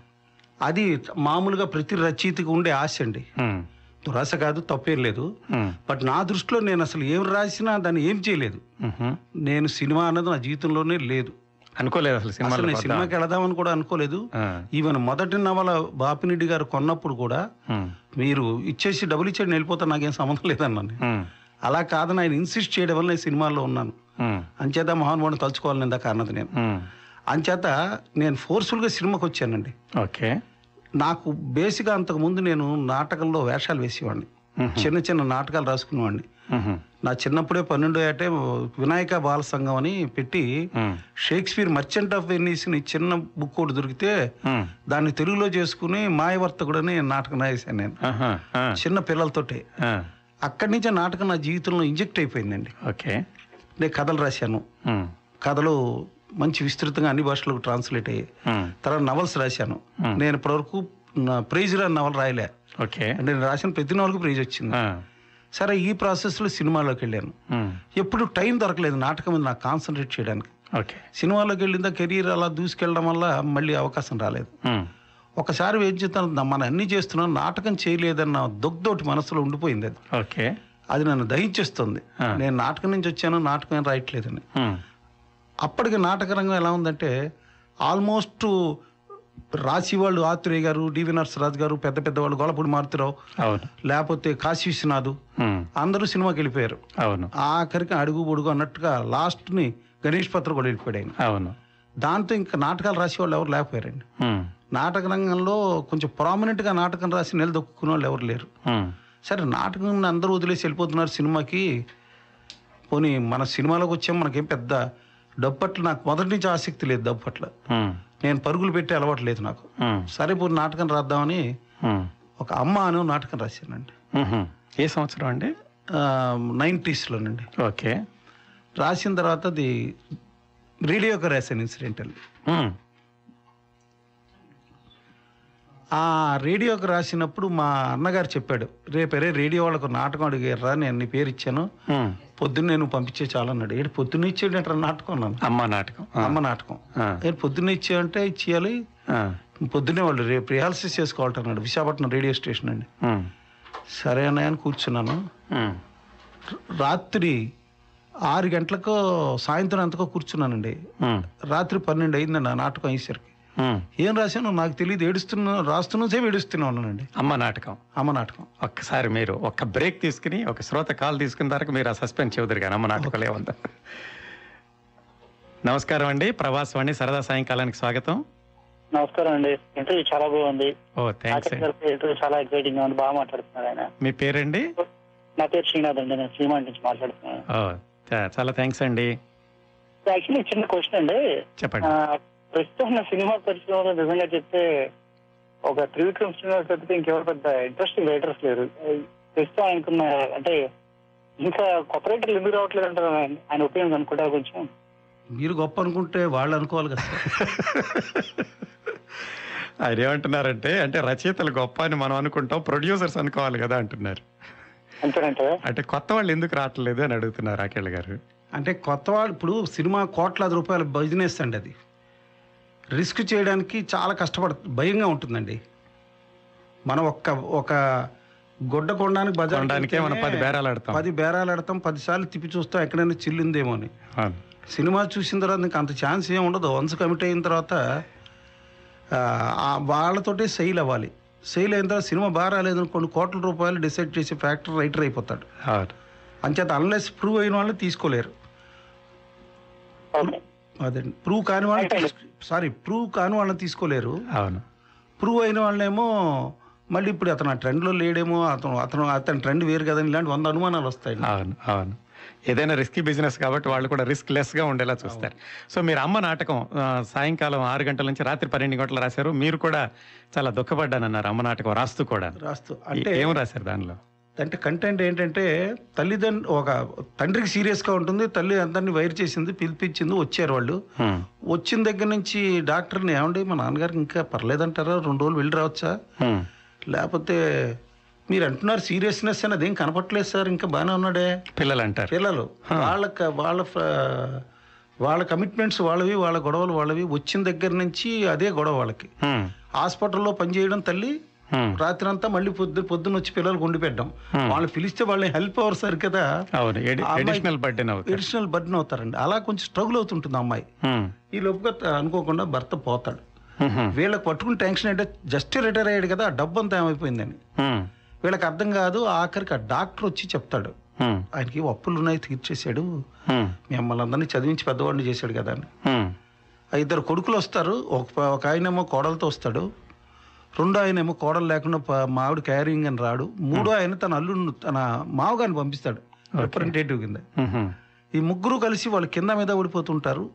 Speaker 3: అది మామూలుగా ప్రతి రచయితకు ఉండే ఆశ అండి
Speaker 1: మ్,
Speaker 3: దురాశ కాదు తప్పేం లేదు
Speaker 1: మ్,
Speaker 3: బట్ నా దృష్టిలో నేను అసలు ఏం రాసినా దాన్ని ఏం చేయలేదు
Speaker 1: మ్హూ.
Speaker 3: నేను సినిమా అన్నది నా జీవితంలోనే లేదు
Speaker 1: అనుకోలేదు అసలు
Speaker 3: అసలు
Speaker 1: సినిమాలో
Speaker 3: నేను సినిమాకి వెళదామని కూడా అనుకోలేదు ఈవెన్ మొదటి నవల బాపిరెడ్డి గారు కొన్నప్పుడు కూడా మీరు ఇచ్చేసి డబ్బులు ఇచ్చేది వెళ్ళిపోతే నాకేం సంబంధం లేదన్నాను నేను. అలా కాదని ఆయన ఇన్సిస్ట్ చేయడం వల్ల నేను సినిమాల్లో ఉన్నాను అంచేత మహానుభావుని తలుచుకోవాలని ఇందాక అన్నది నేను అంచేత నేను ఫోర్స్ఫుల్గా సినిమాకి వచ్చానండి
Speaker 1: ఓకే
Speaker 3: నాకు బేసిక్గా అంతకుముందు నేను నాటకంలో వేషాలు వేసేవాడిని చిన్న చిన్న నాటకాలు రాసుకునేవాడిని
Speaker 1: మ్హూ.
Speaker 3: నా చిన్నప్పుడే పన్నెండో ఏటే వినాయక బాల సంఘం అని పెట్టి
Speaker 1: మ్,
Speaker 3: షేక్స్పియర్ మర్చెంట్ ఆఫ్ వెన్నీస్ని చిన్న బుక్ ఒకటి దొరికితే
Speaker 1: మ్.
Speaker 3: దాన్ని తెలుగులో చేసుకుని మాయవర్తకుడని నాటకం రాసేసాను నేను
Speaker 1: ఆహా, ఆ,
Speaker 3: చిన్న పిల్లలతోటే
Speaker 1: ఆ,
Speaker 3: అక్కడి నుంచే నాటకం నా జీవితంలో ఇంజెక్ట్ అయిపోయిందండి
Speaker 1: ఓకే
Speaker 3: నేను కథలు రాశాను
Speaker 1: ఉమ్,
Speaker 3: కథలు మంచి విస్తృతంగా అన్ని భాషలకు ట్రాన్స్లేట్ అయ్యాయి
Speaker 1: ఉమ్,
Speaker 3: తర్వాత నవల్స్ రాశాను నేను ఇప్పటివరకు నా ప్రైజ్ రాని నవల రాయలే
Speaker 1: ఓకే
Speaker 3: అంటే నేను రాసిన ప్రతి నవలకు ప్రైజ్ వచ్చింది
Speaker 1: ఆ,
Speaker 3: సరే ఈ ప్రాసెస్లో సినిమాలోకి వెళ్ళాను
Speaker 1: ఉమ్,
Speaker 3: ఎప్పుడు టైం దొరకలేదు నాటకం మీద నాకు కాన్సన్ట్రేట్ చేయడానికి
Speaker 1: ఓకే
Speaker 3: సినిమాలోకి వెళ్ళిందా కెరీర్ అలా దూసుకెళ్ళడం వల్ల మళ్ళీ అవకాశం రాలేదు
Speaker 1: ఉమ్,
Speaker 3: ఒకసారి ఏం చేస్తాను మనం అన్ని చేస్తున్నాం నాటకం చేయలేదన్న దొగ్ధోటి మనసులో ఉండిపోయింది అది
Speaker 1: ఓకే
Speaker 3: అది నన్ను దహించేస్తుంది నేను నాటకం నుంచి వచ్చాను నాటకం ఏం రాయట్లేదని
Speaker 1: ఉమ్,
Speaker 3: అప్పటికి నాటక రంగం ఎలా ఉందంటే ఆల్మోస్ట్ రాసివాళ్ళు ఆత్రేయ గారు డివి నర్సరాజు గారు పెద్ద పెద్ద వాళ్ళు గొలపూడి మారుతిరావు
Speaker 1: అవును
Speaker 3: లేకపోతే కాశీ విశ్వనాథ్
Speaker 1: ఉమ్,
Speaker 3: అందరూ సినిమాకి వెళ్ళిపోయారు
Speaker 1: అవును
Speaker 3: ఆఖరికి అడుగు బొడుగు అన్నట్టుగా లాస్ట్ని గణేష్ పత్ర కూడా వెళ్ళిపోయాడు ఆయన
Speaker 1: అవును
Speaker 3: దాంతో ఇంకా నాటకాలు రాసేవాళ్ళు ఎవరు లేకపోయారండి
Speaker 1: ఉమ్,
Speaker 3: నాటక రంగంలో కొంచెం ప్రామినెంట్గా నాటకం రాసి నిలదొక్కునే వాళ్ళు ఎవరు లేరు
Speaker 1: ఉమ్,
Speaker 3: సరే నాటకం అందరూ వదిలేసి వెళ్ళిపోతున్నారు సినిమాకి పోనీ మన సినిమాలోకి వచ్చాం మనకేం పెద్ద డబ్బు పట్ల నాకు మొదటి నుంచి ఆసక్తి లేదు డబ్బు పట్ల
Speaker 1: ఉమ్,
Speaker 3: నేను పరుగులు పెట్టే అలవాటు లేదు నాకు
Speaker 1: ఉమ్,
Speaker 3: సరే పోనీ నాటకం రాద్దామని
Speaker 1: ఉమ్,
Speaker 3: ఒక అమ్మ అను నాటకం రాశానండి
Speaker 1: ఉహుం. ఏ సంవత్సరం అండి
Speaker 3: నైంటీస్లోనండి
Speaker 1: ఓకే
Speaker 3: రాసిన తర్వాత అది రేడియోకి రాశాను ఇన్సిడెంటల్
Speaker 1: ఉమ్,
Speaker 3: ఆ రేడియోకి రాసినప్పుడు మా అన్నగారు చెప్పాడు రేపరే రేడియో వాళ్ళకు నాటకం అడిగారా నేను నీ పేరు ఇచ్చాను
Speaker 1: ఉమ్,
Speaker 3: పొద్దున్న నేను పంపించే చాలు అన్నాడు ఏడు పొద్దున్న ఇచ్చేటంటే నాటకం అన్నాను
Speaker 1: అమ్మ నాటకం ఆ,
Speaker 3: అమ్మ నాటకం
Speaker 1: ఆ,
Speaker 3: ఏడు పొద్దున్న ఇచ్చేయంటే ఇచ్చేయాలి
Speaker 1: ఆ,
Speaker 3: పొద్దున్నే వాళ్ళు రేపు రిహార్సల్స్ చేసుకోవాలట అన్నాడు విశాఖపట్నం రేడియో స్టేషన్ అండి
Speaker 1: ఉమ్,
Speaker 3: సరే అన్నయ్య అని కూర్చున్నాను
Speaker 1: ఉమ్,
Speaker 3: రాత్రి ఆరు గంటలకు సాయంత్రం అంతకో కూర్చున్నానండి
Speaker 1: ఉమ్,
Speaker 3: రాత్రి పన్నెండు అయిందండి ఆ నాటకం అయ్యేసరికి
Speaker 1: ఉమ్.
Speaker 3: ఏం రాశానో నాకు తెలియదు ఏడుస్తున్నా రాస్తున్నా సేపు ఏడుస్తున్నా ఉన్నానండి
Speaker 1: అమ్మ నాటకం
Speaker 3: అమ్మ నాటకం
Speaker 1: ఒక్కసారి మీరు ఒక్క బ్రేక్ తీసుకుని ఒక శ్రోత కాల్ తీసుకున్న వరకు మీరు ఆ సస్పెన్స్ చెబుతారు కానీ అమ్మ నాటకాలు ఏమంతా నమస్కారం అండి ప్రవాసవాణి సరదా సాయంకాలానికి స్వాగతం
Speaker 4: నమస్కారం అండి ఇంటర్వ్యూ చాలా బాగుంది
Speaker 1: ఓ థ్యాంక్స్
Speaker 4: ఆచార్య గారి ఇంటర్వ్యూ చాలా ఎక్సైటింగ్ గా ఉంది బాగా మాట్లాడుతున్నారు ఆయన
Speaker 1: మీ పేరండి
Speaker 4: నా పేరు శ్రీనాథ్ అండి నేను శ్రీమాన్ నుంచి మాట్లాడుతున్నాను
Speaker 1: ఓ చా- చాలా థ్యాంక్స్ అండి
Speaker 4: యాక్చువల్లీ చిన్న క్వశ్చన్ అండి
Speaker 1: చెప్పండి
Speaker 4: ఆ, ప్రస్తుతం ఉన్న సినిమా పరిశ్రమలో నిజంగా చెప్తే ఒక త్రివిక్రమ్ శ్రీనివాస్ తప్పితే ఇంకెవరు పెద్ద ఇంట్రెస్టింగ్ రైటర్స్ లేరు ప్రస్తుతం ఆయనకున్న అంటే ఇంకా కొత్త రైటర్లు ఎందుకు రావట్లేదు అంటారు ఆయన- ఆయన ఒపీనియన్ అనుకుంటా కొంచెం
Speaker 3: మీరు గొప్ప అనుకుంటే వాళ్ళు అనుకోవాలి కదా సార్.
Speaker 1: ఆయన ఏమంటున్నారంటే అంటే రచయితలు గొప్ప అని మనం అనుకుంటాం ప్రొడ్యూసర్స్ అనుకోవాలి కదా అంటున్నారు
Speaker 4: అంతేనంటే
Speaker 1: అంటే కొత్త వాళ్ళు ఎందుకు రావట్లేదు అని అడుగుతున్నారు రాకేళ్ గారు
Speaker 3: అంటే కొత్త వాళ్ళు ఇప్పుడు సినిమా కోట్లాది రూపాయల బిజినెస్ అండి అది రిస్క్ చేయడానికి చాలా కష్టపడ భయంగా ఉంటుందండి మనం ఒక్క ఒక గొడ్డ కొనడానికి బజార్
Speaker 1: కొనడానికే మనం పది బేరాలు ఆడతాం
Speaker 3: పది బేరాలు ఆడతాం పదిసార్లు తిప్పి చూస్తాం ఎక్కడైనా చిల్లిందేమో అని
Speaker 1: అవును.
Speaker 3: సినిమా చూసిన తర్వాత నీకు అంత ఛాన్స్ ఏం ఉండదు వన్స్ కమిట్ అయిన తర్వాత ఆ, ఆ వాళ్ళతోటే సెయిల్ అవ్వాలి సెయిల్ అయిన తర్వాత సినిమా బాగా రాలేదు కొన్ని కోట్ల రూపాయలు డిసైడ్ చేసే ఫ్యాక్టర్ రైటర్ అయిపోతాడు
Speaker 1: అవును.
Speaker 3: అంచేత అన్లెస్ ప్రూవ్ అయిన వాళ్ళని తీసుకోలేరు
Speaker 4: ఓకే
Speaker 3: అదే ప్రూవ్ కాని వాళ్ళని సారీ ప్రూవ్ కాని వాళ్ళని తీసుకోలేరు
Speaker 1: అవును
Speaker 3: ప్రూవ్ అయిన వాళ్ళేమో మళ్ళీ ఇప్పుడు అతను ఆ ట్రెండ్లో లేడేమో అతను అతను అతని ట్రెండ్ వేరు కదా ఇలాంటి వంద అనుమానాలు వస్తాయి
Speaker 1: అవును అవును ఏదైనా రిస్కీ బిజినెస్ కాబట్టి వాళ్ళు కూడా రిస్క్ లెస్గా ఉండేలా చూస్తారు సో మీరు అమ్మ నాటకం ఆ, సాయంకాలం ఆరు గంటల నుంచి రాత్రి పన్నెండు గంటలు రాశారు మీరు కూడా చాలా దుఃఖపడ్డానన్నారు అమ్మ నాటకం రాస్తూ కూడా
Speaker 3: రాస్తూ అంటే
Speaker 1: ఏం రాశారు దానిలో
Speaker 3: అంటే కంటెంట్ ఏంటంటే తల్లిదండ్రు ఒక తండ్రికి సీరియస్గా ఉంటుంది తల్లి అందరినీ వైర్ చేసింది పిలిపించింది వచ్చారు వాళ్ళు
Speaker 1: హ్మ్.
Speaker 3: వచ్చిన దగ్గర నుంచి డాక్టర్ని ఏమండి మా నాన్నగారికి ఇంకా పర్లేదంటారా రెండు రోజులు వెళ్ళి రావచ్చా
Speaker 1: హ్మ్.
Speaker 3: లేకపోతే మీరు అంటున్నారు సీరియస్నెస్ అని అదేం కనపట్లేదు సార్ ఇంకా బాగానే ఉన్నాడే
Speaker 1: పిల్లలు అంటారు
Speaker 3: పిల్లలు వాళ్ళ క- వాళ్ళ ఫ- వాళ్ళ కమిట్మెంట్స్ వాళ్ళవి వాళ్ళ గొడవలు వాళ్ళవి వచ్చిన దగ్గర నుంచి అదే గొడవ వాళ్ళకి
Speaker 1: హ్మ్.
Speaker 3: హాస్పిటల్లో పనిచేయడం తల్లి
Speaker 1: హ్మ్.
Speaker 3: రాత్రి అంతా మళ్ళీ పొద్దు పొద్దున్న వచ్చి పిల్లలకు ఉండి పెట్టడం వాళ్ళు పిలిస్తే వాళ్ళు హెల్ప్ అవ్వరు సార్ కదా
Speaker 1: అవును ఎడి-
Speaker 3: అమ్మాయి-
Speaker 1: ఎడిషనల్ బర్త్డే అవుతుంది
Speaker 3: ఎడిషనల్ బర్డన్ అవుతారండి అలా కొంచెం స్ట్రగుల్ అవుతుంటుంది ఆ అమ్మాయి
Speaker 1: హ్మ్.
Speaker 3: ఈ లోపుగా త- అనుకోకుండా భర్త పోతాడు
Speaker 1: హ్మ్. హ్మ్.
Speaker 3: వీళ్ళకి పట్టుకుని టెన్షన్ అంటే జస్ట్ రిటైర్ అయ్యాడు కదా ఆ డబ్బు అంతా ఏమైపోయిందని
Speaker 1: హ్మ్.
Speaker 3: వీళ్ళకి అర్థం కాదు ఆఖరికి ఆ డాక్టర్ వచ్చి చెప్తాడు
Speaker 1: హ్మ్.
Speaker 3: ఆయనకి అప్పులు ఉన్నాయి తీర్చేశాడు
Speaker 1: హ్మ్.
Speaker 3: మిమ్మల్ని అందరినీ చదివించి పెద్దవాడిని చేశాడు కదా అని
Speaker 1: హ్మ్.
Speaker 3: ఆ ఇద్దరు కొడుకులు వస్తారు ఒక ప- ఒక ఆయనేమో కోడలతో వస్తాడు రెండో ఆయనేమో కోడలు లేకుండా ప- మావిడ క్యారింగ్ అని రాడు మూడో ఆయన తన అల్లుడిని తన మావగారిని పంపిస్తాడు రిప్రజెంటేటివ్ కింద
Speaker 1: హ్మ్. హ్మ్.
Speaker 3: ఈ ముగ్గురు కలిసి వాళ్ళు కింద మీద ఓడిపోతుంటారు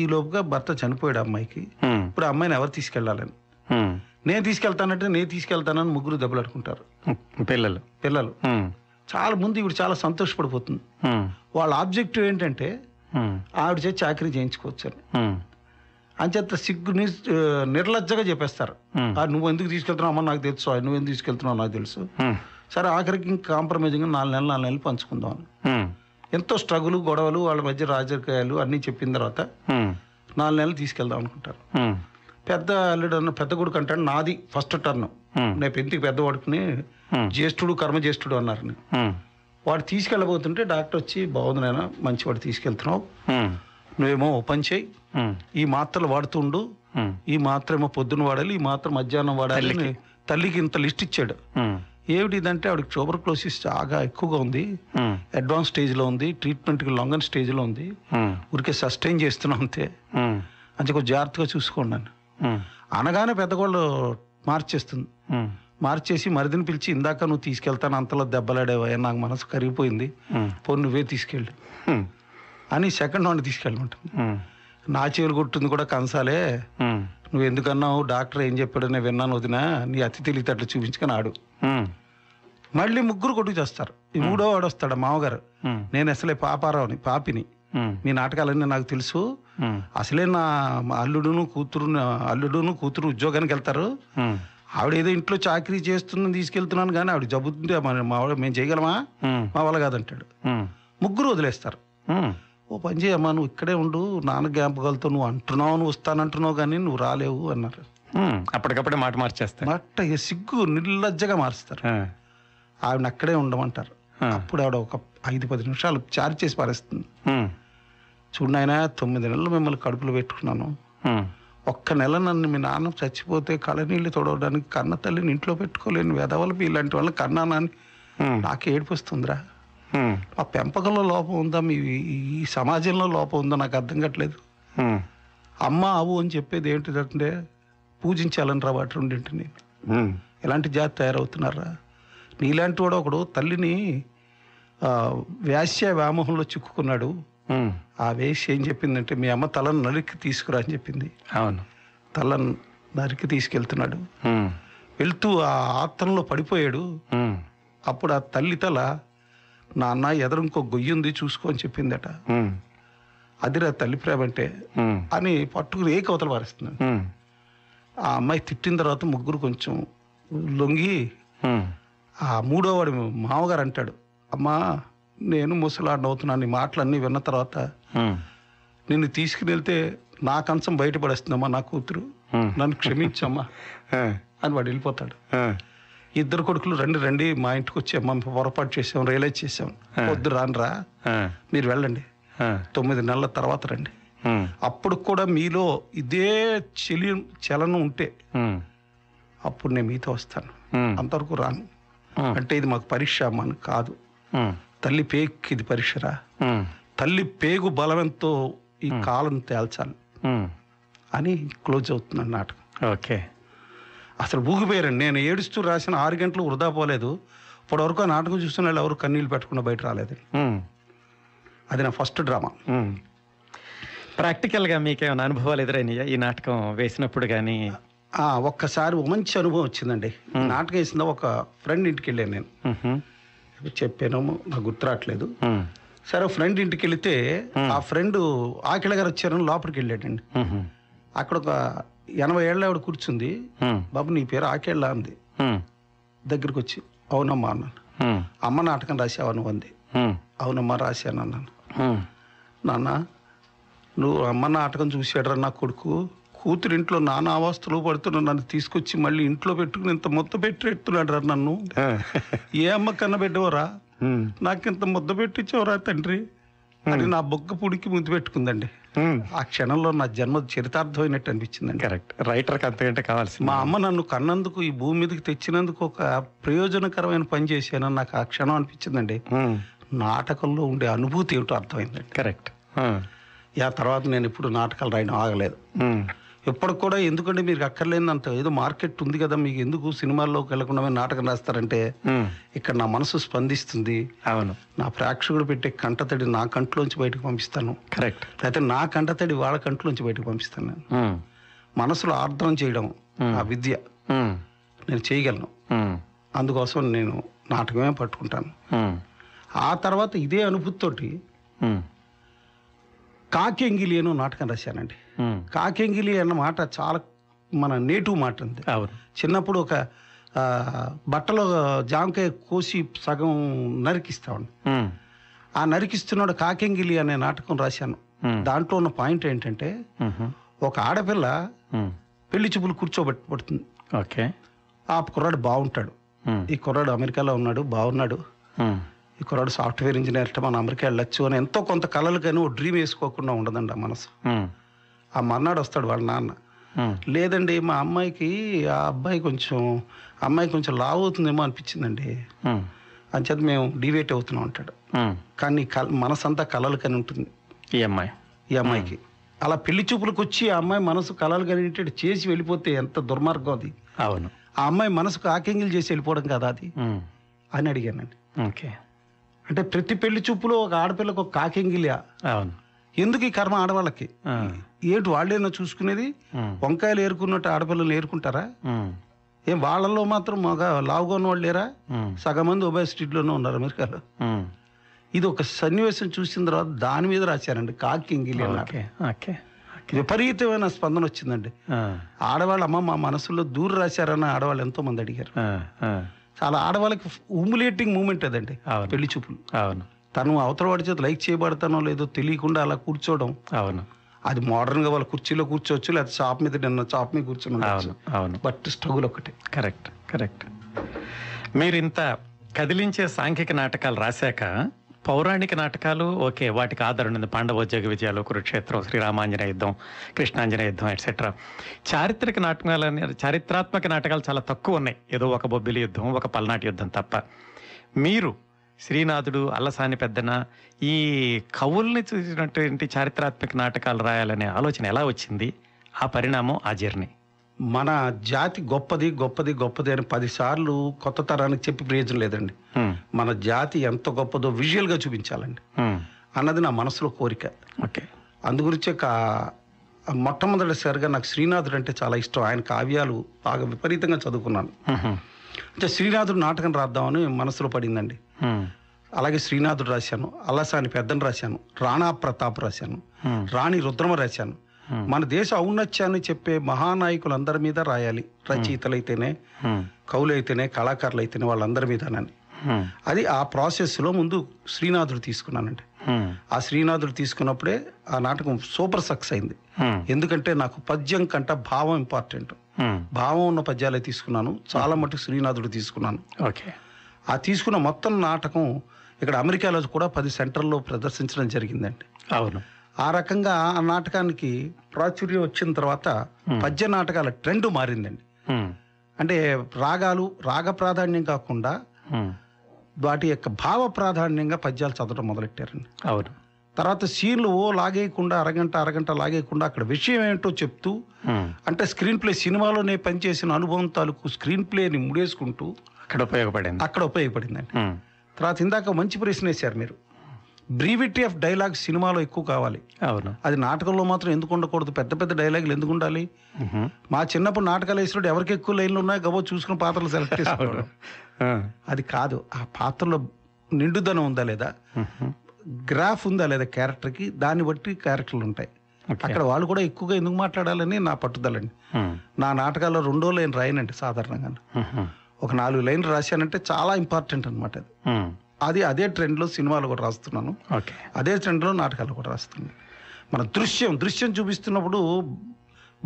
Speaker 3: ఈ లోపుగా భర్త చనిపోయాడు అమ్మాయికి
Speaker 1: హ్మ్.
Speaker 3: ఇప్పుడు ఆ అమ్మాయిని ఎవరు తీసుకెళ్ళాలని
Speaker 1: హ్మ్.
Speaker 3: నేను తీసుకెళ్తానంటే నేను తీసుకెళ్తానని ముగ్గురు దెబ్బలాడుకుంటారు
Speaker 1: హ్మ్. పిల్లలు
Speaker 3: పిల్లలు
Speaker 1: హ్మ్.
Speaker 3: చాలా ముందు ఇవి చాలా సంతోషపడిపోతుంది
Speaker 1: హ్మ్.
Speaker 3: వాళ్ళ ఆబ్జెక్టివ్ ఏంటంటే
Speaker 1: హ్మ్.
Speaker 3: ఆవిడ చేతి చాకరీ చేయించుకోవచ్చు అని
Speaker 1: హ్మ్.
Speaker 3: అంచేత సిగ్గు నిస్- ఆ, నిర్లజ్జగా చెప్పేస్తారు
Speaker 1: హ్మ్.
Speaker 3: ఆ, నువ్వు ఎందుకు తీసుకెళ్తున్నావు అమ్మ నాకు తెలుసు ఆ, నువ్వు ఎందుకు తీసుకెళ్తున్నావు నాకు తెలుసు
Speaker 1: హ్మ్.
Speaker 3: సరే ఆఖరికి ఇంకా కాంప్రమైజింగ్ నాలుగు నెలలు నాలుగు నెలలు పంచుకుందాం అని
Speaker 1: హ్మ్.
Speaker 3: ఎంతో స్ట్రగుల్ గొడవలు వాళ్ళ మధ్య రాజకీయాలు అన్నీ చెప్పిన తర్వాత
Speaker 1: హ్మ్.
Speaker 3: నాలుగు నెలలు తీసుకెళ్దాం అనుకుంటారు
Speaker 1: హ్మ్.
Speaker 3: పెద్ద అల్లుడు అన్న పెద్ద కొడుకు అంటాడు నాది ఫస్ట్ టర్న్
Speaker 1: హ్మ్.
Speaker 3: నేను పెంతికి పెద్ద వాడుకుని జ్యేష్ఠుడు కర్మ జ్యేష్ఠుడు అన్నారు అని.
Speaker 1: హ్మ్.
Speaker 3: వాడు తీసుకెళ్ళబోతుంటే డాక్టర్ వచ్చి బాగుంది నాయన మంచి వాడు తీసుకెళ్తున్నావు
Speaker 1: హ్మ్.
Speaker 3: నువ్వేమో ఓ పని చేయి
Speaker 1: హ్మ్.
Speaker 3: ఈ మాత్రలు వాడుతుండు
Speaker 1: హ్మ్.
Speaker 3: ఈ మాత్ర ఏమో పొద్దున వాడాలి ఈ మాత్ర మధ్యాహ్నం వాడాలి అని తల్లికి ఇంత లిస్ట్ ఇచ్చాడు
Speaker 1: హ్మ్.
Speaker 3: ఏమిటి ఇదంటే ఆవిడకి ట్యూబర్క్లోసిస్ చాలా ఎక్కువగా ఉంది
Speaker 1: హ్మ్.
Speaker 3: అడ్వాన్స్ స్టేజ్లో ఉంది ట్రీట్మెంట్కి లాంగన్ స్టేజ్లో ఉంది
Speaker 1: హ్మ్.
Speaker 3: ఊరికే సస్టైన్ చేస్తున్నాం అంతే
Speaker 1: హ్మ్.
Speaker 3: అంతే కొంచెం జాగ్రత్తగా చూసుకోండి అని
Speaker 1: హ్మ్.
Speaker 3: అనగానే పెద్దవాళ్ళు మార్చేస్తుంది
Speaker 1: హ్మ్.
Speaker 3: మార్చేసి మరిదిని పిలిచి ఇందాక నువ్వు తీసుకెళ్తాను అంతలో దెబ్బలాడేవా నాకు మనసు కరిగిపోయింది
Speaker 1: హ్మ్.
Speaker 3: పోనీ నువ్వే తీసుకెళ్ళు
Speaker 1: హ్మ్.
Speaker 3: అని సెకండ్ వాడిని తీసుకెళ్ళమంటుంది
Speaker 1: హ్మ్.
Speaker 3: నా చెవులు కొట్టింది కూడా కంసాలే
Speaker 1: హ్మ్.
Speaker 3: నువ్వు ఎందుకన్నావు డాక్టర్ ఏం చెప్పాడో నేను విన్నాను వదినా నీ అతి తెలివితేటలు చూపించుకొని ఆడు
Speaker 1: హ్మ్.
Speaker 3: మళ్ళీ ముగ్గురు కొట్టుకు చేస్తారు ఈ మూడో వాడు వస్తాడు ఆ మామగారు
Speaker 1: హ్మ్.
Speaker 3: నేను అసలే పాపారావుని పాపిని
Speaker 1: హ్మ్.
Speaker 3: మీ నాటకాలన్నీ నాకు తెలుసు
Speaker 1: హ్మ్.
Speaker 3: అసలే నా మా అల్లుడును కూతురు అల్లుడును కూతురు ఉద్యోగానికి వెళ్తారు
Speaker 1: హ్మ్.
Speaker 3: ఆవిడ ఏదో ఇంట్లో చాకరీ చేస్తుందని తీసుకెళ్తున్నాను కానీ ఆవిడ జబ్బుతుంటే మన- మా వాళ్ళ- మేము చేయగలమా
Speaker 1: హ్మ్.
Speaker 3: మా వాళ్ళ కాదంటాడు
Speaker 1: హ్మ్.
Speaker 3: ముగ్గురు వదిలేస్తారు
Speaker 1: హ్మ్.
Speaker 3: ఓ పని చేయమ్మా నువ్వు ఇక్కడే ఉండు నాన్న జ్ఞాపకాలతో నువ్వు అంటున్నావు నువ్వు వస్తానంటున్నావు కానీ నువ్వు రాలేవు అన్నారు
Speaker 1: హ్మ్. అప్పటికప్పుడే మాట మార్చేస్తారు
Speaker 3: మట్ట ఇక సిగ్గు నిర్లజ్జగా మారుస్తారు
Speaker 1: ఆ.
Speaker 3: ఆవిడ అక్కడే ఉండమంటారు
Speaker 1: ఆ.
Speaker 3: అప్పుడు ఆవిడ ఒక ఐదు పది నిమిషాలు చార్జ్ చేసి పారేస్తుంది
Speaker 1: హ్మ్.
Speaker 3: చూడు నాయన తొమ్మిది నెలలు మిమ్మల్ని కడుపులో పెట్టుకున్నాను
Speaker 1: హ్మ్.
Speaker 3: ఒక్క నెల నన్ను మీ నాన్న చచ్చిపోతే కళ్ళనీళ్ళు తొడవడానికి కన్న తల్లిని ఇంట్లో పెట్టుకోలేని వెధవలపి ఇలాంటి వాళ్ళు కన్నానని
Speaker 1: ఉమ్,
Speaker 3: నాకు ఏడిపిస్తుందిరా
Speaker 1: ఉమ్,
Speaker 3: ఆ పెంపకంలో లోపం ఉందా మీ ఈ సమాజంలో లోపం ఉందా నాకు అర్థం కావట్లేదు
Speaker 1: ఉమ్,
Speaker 3: అమ్మ అవు అని చెప్పేది ఏంటిదంటే పూజించాలని రా వాటి రెండింటిని
Speaker 1: ఉమ్,
Speaker 3: ఎలాంటి జాతి తయారవుతున్నారా నీలాంటి వాడు ఒకడు తల్లిని ఆ, వేశ్య వ్యామోహంలో చిక్కుకున్నాడు
Speaker 1: ఉమ్,
Speaker 3: ఆ వేశ్య ఏం చెప్పిందంటే మీ అమ్మ తలను నరికి తీసుకురా అని చెప్పింది
Speaker 1: అవును
Speaker 3: తలను నరికి తీసుకెళ్తున్నాడు
Speaker 1: ఉమ్,
Speaker 3: వెళ్తూ ఆ ఆత్రంలో పడిపోయాడు
Speaker 1: ఉమ్,
Speaker 3: అప్పుడు ఆ తల్లి తల నాన్న ఎదరు ఇంకో గొయ్యి ఉంది చూసుకో అని చెప్పిందట
Speaker 1: ఉమ్,
Speaker 3: అదిరా తల్లి ప్రేమ అంటే
Speaker 1: ఉమ్,
Speaker 3: అని పట్టుకుని ఏ కవతలు పారేస్తున్నాను
Speaker 1: ఉమ్,
Speaker 3: ఆ అమ్మాయి తిట్టిన తర్వాత ముగ్గురు కొంచెం లొంగి
Speaker 1: ఉమ్,
Speaker 3: ఆ మూడో వాడి మామగారు అంటాడు అమ్మా నేను ముసలాడిని అవుతున్నాను నీ మాటలన్నీ విన్న తర్వాత
Speaker 1: ఉమ్,
Speaker 3: నిన్ను తీసుకుని వెళ్తే నా కంచం బయటపడేస్తుందమ్మా నా కూతురు
Speaker 1: ఉమ్,
Speaker 3: నన్ను క్షమించమ్మా
Speaker 1: ఆ,
Speaker 3: అని వాడు వెళ్ళిపోతాడు
Speaker 1: ఆ,
Speaker 3: ఇద్దరు కొడుకులు రండి రండి మా ఇంటికి వచ్చి అమ్మ మేము పొరపాటు చేసాం రియలైజ్ చేసాం వద్దు రానరా
Speaker 1: ఆ,
Speaker 3: మీరు వెళ్ళండి
Speaker 1: ఆ,
Speaker 3: తొమ్మిది నెలల తర్వాత రండి
Speaker 1: ఉమ్,
Speaker 3: అప్పుడు కూడా మీలో ఇదే చెలి చలనం ఉంటే
Speaker 1: ఉమ్,
Speaker 3: అప్పుడు నేను మీతో వస్తాను
Speaker 1: ఉమ్,
Speaker 3: అంతవరకు రాను
Speaker 1: ఉమ్,
Speaker 3: అంటే ఇది మాకు పరీక్ష మన కాదు
Speaker 1: ఉమ్,
Speaker 3: తల్లి పేగుకి ఇది పరీక్షరా
Speaker 1: ఉమ్,
Speaker 3: తల్లి పేగు బలమెంతో ఈ కాలం తేల్చాలి
Speaker 1: ఉమ్,
Speaker 3: అని క్లోజ్ అవుతున్నాను నాటకం
Speaker 1: ఓకే
Speaker 3: అసలు ఊగిపోయారండి నేను ఏడుస్తూ రాసిన ఆరు గంటలు వృధా పోలేదు ఇప్పటివరకు ఆ నాటకం చూస్తున్న వాళ్ళు ఎవరు కన్నీళ్ళు పెట్టకుండా బయట రాలేదు
Speaker 1: ఉమ్,
Speaker 3: అది నా ఫస్ట్ డ్రామా
Speaker 1: ఉమ్. ప్రాక్టికల్గా మీకేమైనా అనుభవాలు ఎదురైనాయా ఈ నాటకం వేసినప్పుడు కానీ
Speaker 3: ఆ, ఒక్కసారి ఒక మంచి అనుభవం వచ్చిందండి నాటకం వేసిన ఒక ఫ్రెండ్ ఇంటికి వెళ్ళాను నేను
Speaker 1: ఉహుం,
Speaker 3: చెప్పానేమో నాకు గుర్తు రావట్లేదు
Speaker 1: ఉమ్,
Speaker 3: సరే ఫ్రెండ్ ఇంటికి వెళితే ఆ ఫ్రెండ్ ఆకిల గారు వచ్చారని లోపలికి వెళ్ళాడండి
Speaker 1: ఉహుం,
Speaker 3: అక్కడ ఒక ఎనభై ఏళ్ళ ఆవిడ కూర్చుంది
Speaker 1: ఉమ్,
Speaker 3: బాబు నీ పేరు ఆకేళ్ళ అంది
Speaker 1: ఉమ్,
Speaker 3: దగ్గరికి వచ్చి అవునమ్మా అన్నాను
Speaker 1: ఉమ్,
Speaker 3: అమ్మ నాటకం రాసావా నువ్వు అంది
Speaker 1: ఉమ్,
Speaker 3: అవునమ్మా రాశాను అన్నాను
Speaker 1: ఉమ్,
Speaker 3: నాన్న నువ్వు అమ్మ నాటకం చూసాడరా నా కొడుకు కూతురింట్లో నానా అవస్థలు పడుతున్నా నన్ను తీసుకొచ్చి మళ్ళీ ఇంట్లో పెట్టుకుని ఇంత ముద్ద పెట్టెడుతున్నాడు రా నన్ను
Speaker 1: ఆ,
Speaker 3: ఏ అమ్మ కన్న పెట్టవరా
Speaker 1: ఉమ్,
Speaker 3: నాకు ఇంత ముద్ద పెట్టించవరా తండ్రి అని నా బొగ్గ పుడికి ముద్దు పెట్టుకుందండి
Speaker 1: ఉమ్.
Speaker 3: ఆ క్షణంలో నా జన్మ చరితార్థమైనట్టు అనిపించిందండి
Speaker 1: కరెక్ట్ రైటర్కి అంతకంటే కావాల్సింది
Speaker 3: మా అమ్మ నన్ను కన్నందుకు ఈ భూమి మీదకి తెచ్చినందుకు ఒక ప్రయోజనకరమైన పని చేశానని నాకు ఆ క్షణం అనిపించిందండి
Speaker 1: ఉమ్,
Speaker 3: నాటకంలో ఉండే అనుభూతి ఏమిటో అర్థమైందండి
Speaker 1: కరెక్ట్ ఆ,
Speaker 3: ఆ తర్వాత నేను ఇప్పుడు నాటకాలు రాయడం ఆగలేదు
Speaker 1: ఉమ్,
Speaker 3: ఇప్పటికి కూడా ఎందుకంటే మీకు అక్కర్లేనంత ఏదో మార్కెట్ ఉంది కదా మీకు ఎందుకు సినిమాల్లోకి వెళ్లకుండా మీరు నాటకం రాస్తారంటే
Speaker 1: ఉమ్,
Speaker 3: ఇక్కడ నా మనసు స్పందిస్తుంది
Speaker 1: అవును
Speaker 3: నా ప్రేక్షకుడు పెట్టే కంటతడి నా కంట్లోంచి బయటకు పంపిస్తాను
Speaker 1: కరెక్ట్
Speaker 3: లేకపోతే నా కంటతడి వాళ్ళ కంట్లోంచి బయటకు పంపిస్తాను నేను
Speaker 1: ఉమ్,
Speaker 3: మనసులో ఆర్ద్రం చేయడం నా విద్య
Speaker 1: ఉమ్,
Speaker 3: నేను చేయగలను
Speaker 1: ఉమ్,
Speaker 3: అందుకోసం నేను నాటకమే పట్టుకుంటాను
Speaker 1: ఉమ్,
Speaker 3: ఆ తర్వాత ఇదే అనుభూతితోటి
Speaker 1: ఉమ్,
Speaker 3: కాకెంగిలి అనో నాటకం రాశానండి
Speaker 1: ఉమ్,
Speaker 3: కాకెంగిలి అన్న మాట చాలా మన నేటివ్ మాట ఉంది
Speaker 1: అవును
Speaker 3: చిన్నప్పుడు ఒక ఆ, బట్టలో జామకాయ కోసి సగం నరికిస్తామండి
Speaker 1: ఉమ్,
Speaker 3: ఆ నరికిస్తున్నాడు కాకెంగిలి అనే నాటకం రాశాను
Speaker 1: ఉమ్,
Speaker 3: దాంట్లో ఉన్న పాయింట్ ఏంటంటే
Speaker 1: ఉహుం,
Speaker 3: ఒక ఆడపిల్ల
Speaker 1: ఉమ్,
Speaker 3: పెళ్లి చూపులు కూర్చోబెట్టబడుతుంది
Speaker 1: ఓకే
Speaker 3: ఆ కుర్రాడు బాగుంటాడు
Speaker 1: ఉమ్,
Speaker 3: ఈ కుర్రాడు అమెరికాలో ఉన్నాడు బాగున్నాడు
Speaker 1: ఉమ్,
Speaker 3: ఈ కుర్రాడు సాఫ్ట్వేర్ ఇంజనీర్ అంటే మనం అమెరికా వెళ్ళొచ్చు అని ఎంతో కొంత కలలు కానీ ఓ డ్రీమ్ వేసుకోకుండా ఉండదండి ఆ మనసు
Speaker 1: ఉమ్,
Speaker 3: ఆ మర్నాడు వస్తాడు వాళ్ళ నాన్న
Speaker 1: ఉమ్,
Speaker 3: లేదండి మా అమ్మాయికి ఆ అబ్బాయి కొంచెం అమ్మాయి కొంచెం లావు అవుతుందేమో అనిపించిందండి
Speaker 1: ఉమ్,
Speaker 3: అంచేత మేము డివేట్ అవుతున్నాం అంటాడు
Speaker 1: ఉమ్,
Speaker 3: కానీ కల మనసంతా కలలు కని ఉంటుంది
Speaker 1: ఈ అమ్మాయి
Speaker 3: ఈ అమ్మాయికి అలా పెళ్లి చూపులకు వచ్చి ఆ అమ్మాయి మనసు కలలు కనిటట్టు చేసి వెళ్ళిపోతే ఎంత దుర్మార్గం అది
Speaker 1: అవును
Speaker 3: ఆ అమ్మాయి మనసుకు ఆకేంగిల్ చేసి వెళ్ళిపోవడం కదా అది
Speaker 1: ఉమ్,
Speaker 3: అని అడిగానండి
Speaker 1: ఓకే
Speaker 3: అంటే ప్రతి పెళ్లి చూపులో ఒక ఆడపిల్లకు ఒక కాకేంగిలియా
Speaker 1: అవును
Speaker 3: ఎందుకు ఈ కర్మ ఆడవాళ్ళకి
Speaker 1: ఆ,
Speaker 3: ఏంటి వాళ్ళేనా చూసుకునేది
Speaker 1: ఉమ్,
Speaker 3: వంకాయలు ఏరుకున్నట్టు ఆడపిల్లలు ఏరుకుంటారా
Speaker 1: ఉమ్,
Speaker 3: ఏం వాళ్ళలో మాత్రం మగ లావుగా ఉన్న వాళ్ళు లేరా
Speaker 1: ఉమ్,
Speaker 3: సగం మంది ఒబేసిటీలోనే ఉన్నారు అమెరికాలో
Speaker 1: ఉమ్,
Speaker 3: ఇది ఒక సన్నివేశం చూసిన తర్వాత దాని మీద రాశారండి కాకి ఇంగిలి అన్నారు
Speaker 1: ఓకే ఓకే
Speaker 3: విపరీతమైన స్పందన వచ్చిందండి
Speaker 1: ఆ,
Speaker 3: ఆడవాళ్ళు అమ్మ మా మనసులో దూరు రాశారని ఆడవాళ్ళు ఎంతో మంది అడిగారు
Speaker 1: ఆ, ఆ,
Speaker 3: చాలా ఆడవాళ్ళకి ఉములేటింగ్ మూమెంట్ అదండి
Speaker 1: అవును
Speaker 3: పెళ్లి చూపులు
Speaker 1: అవును
Speaker 3: తను అవతల వాడి చేత లైక్ చేయబడతానో లేదో తెలియకుండా అలా కూర్చోవడం
Speaker 1: అవును
Speaker 3: అది మోడర్న్ గా వాళ్ళ కుర్చీలో కూర్చోవచ్చు లేదా చాప్ మీద నిన్న చాప్ మీద కూర్చొని ఉండొచ్చు
Speaker 1: అవును అవును
Speaker 3: బట్ స్ట్రగుల్ ఒకటే
Speaker 1: కరెక్ట్ కరెక్ట్ మీరు ఇంత కదిలించే సాంఘిక నాటకాలు రాశాక పౌరాణిక నాటకాలు ఓకే వాటికి ఆధారణ ఉంది పాండవోద్యోగ విజయాలు కురుక్షేత్రం శ్రీరామాంజనేయ యుద్ధం కృష్ణాంజనేయ యుద్ధం ఎట్సెట్రా చారిత్రక నాటకాలు అనే చారిత్రాత్మక నాటకాలు చాలా తక్కువ ఉన్నాయి ఏదో ఒక బొబ్బిలి యుద్ధం ఒక పల్నాటి యుద్ధం తప్ప మీరు శ్రీనాథుడు అల్లసాని పెద్దన ఈ కవుల్ని చూసినటువంటి చారిత్రాత్మక నాటకాలు రాయాలనే ఆలోచన ఎలా వచ్చింది ఆ పరిణామం ఆ జర్నీ
Speaker 3: మన జాతి గొప్పది గొప్పది గొప్పది అని పదిసార్లు కొత్త తరానికి చెప్పి ప్రయోజనం లేదండి
Speaker 1: హ్మ్,
Speaker 3: మన జాతి ఎంత గొప్పదో విజువల్గా చూపించాలండి
Speaker 1: హ్మ్,
Speaker 3: అన్నది నా మనసులో కోరిక
Speaker 1: ఓకే
Speaker 3: అందుగురించి కా మొట్టమొదటిసారిగా నాకు శ్రీనాథుడు అంటే చాలా ఇష్టం ఆయన కావ్యాలు బాగా విపరీతంగా చదువుకున్నాను
Speaker 1: హ్మ్, హ్మ్,
Speaker 3: అంటే శ్రీనాథుడు నాటకం రాద్దామని మనసులో పడిందండి
Speaker 1: హ్మ్,
Speaker 3: అలాగే శ్రీనాథుడు రాశాను అల్లసాని పెద్దని రాశాను రాణా ప్రతాప్ రాశాను
Speaker 1: హ్మ్.
Speaker 3: రాణి రుద్రమ రాశాను మన దేశ ఔన్నత్యాన్ని చెప్పే మహానాయకులందరి మీద రాయాలి రచయితలైతేనే
Speaker 1: హ్మ్,
Speaker 3: కవులైతేనే కళాకారులైతేనే వాళ్ళందరి మీదనని
Speaker 1: హ్మ్,
Speaker 3: అది ఆ ప్రాసెస్లో ముందు శ్రీనాథుడు తీసుకున్నానండి
Speaker 1: హ్మ్,
Speaker 3: ఆ శ్రీనాథుడు తీసుకున్నప్పుడే ఆ నాటకం సూపర్ సక్సెస్ అయింది
Speaker 1: హ్మ్,
Speaker 3: ఎందుకంటే నాకు పద్యం కంట భావం ఇంపార్టెంట్
Speaker 1: హ్మ్,
Speaker 3: భావం ఉన్న పద్యాలే తీసుకున్నాను చాలా మటుకు శ్రీనాథుడు తీసుకున్నాను
Speaker 1: ఓకే
Speaker 3: ఆ తీసుకున్న మొత్తం నాటకం ఇక్కడ అమెరికాలో కూడా పది సెంటర్లో ప్రదర్శించడం జరిగిందండి
Speaker 1: అవును
Speaker 3: ఆ రకంగా ఆ నాటకానికి ప్రాచుర్యం వచ్చిన తర్వాత పద్య నాటకాల ట్రెండ్ మారిందండి
Speaker 1: హ్మ్,
Speaker 3: అంటే రాగాలు రాగ ప్రాధాన్యం కాకుండా
Speaker 1: హ్మ్,
Speaker 3: వాటి యొక్క భావ ప్రాధాన్యంగా పద్యాలు చదవడం మొదలెట్టారండి
Speaker 1: అవును
Speaker 3: తర్వాత సీన్లు ఓ లాగేయకుండా అరగంట అరగంట లాగేయకుండా అక్కడ విషయం ఏంటో చెప్తూ
Speaker 1: హ్మ్,
Speaker 3: అంటే స్క్రీన్ ప్లే సినిమాలోనే పనిచేసిన అనుభవం తాలూకు స్క్రీన్ ప్లేని ముడేసుకుంటూ
Speaker 1: అక్కడ ఉపయోగపడింది
Speaker 3: అక్కడ ఉపయోగపడిందండి
Speaker 1: హ్మ్,
Speaker 3: తర్వాత ఇందాక మంచి ప్రశ్న వేశారు మీరు బ్రీవిటీ ఆఫ్ డైలాగ్ సినిమాలో ఎక్కువ కావాలి
Speaker 1: అవును
Speaker 3: అది నాటకంలో మాత్రం ఎందుకు ఉండకూడదు పెద్ద పెద్ద డైలాగులు ఎందుకు ఉండాలి
Speaker 1: హ్మ్,
Speaker 3: మా చిన్నప్పుడు నాటకాలు వేసినప్పుడు ఎవరికి ఎక్కువ లైన్లు ఉన్నాయో గబో చూసుకుని పాత్రలు సెలెక్ట్ చేసుకోవడం
Speaker 1: హ్మ్,
Speaker 3: అది కాదు ఆ పాత్రలో నిండుదనం ఉందా లేదా
Speaker 1: హ్మ్,
Speaker 3: గ్రాఫ్ ఉందా లేదా క్యారెక్టర్కి దాన్ని బట్టి క్యారెక్టర్లు ఉంటాయి
Speaker 1: ఓకే.
Speaker 3: అక్కడ వాళ్ళు కూడా ఎక్కువగా ఎందుకు మాట్లాడాలని నా పట్టుదలండి
Speaker 1: హ్మ్,
Speaker 3: నా నాటకాల్లో రెండో లైన్ రాయనండి సాధారణంగా
Speaker 1: హ్మ్,
Speaker 3: ఒక నాలుగు లైన్లు రాశానంటే చాలా ఇంపార్టెంట్ అనమాట అది
Speaker 1: హ్మ్,
Speaker 3: అది అదే ట్రెండ్లో సినిమాలు కూడా రాస్తున్నాను
Speaker 1: ఓకే
Speaker 3: అదే ట్రెండ్లో నాటకాలు కూడా రాస్తున్నాను మన దృశ్యం దృశ్యం చూపిస్తున్నప్పుడు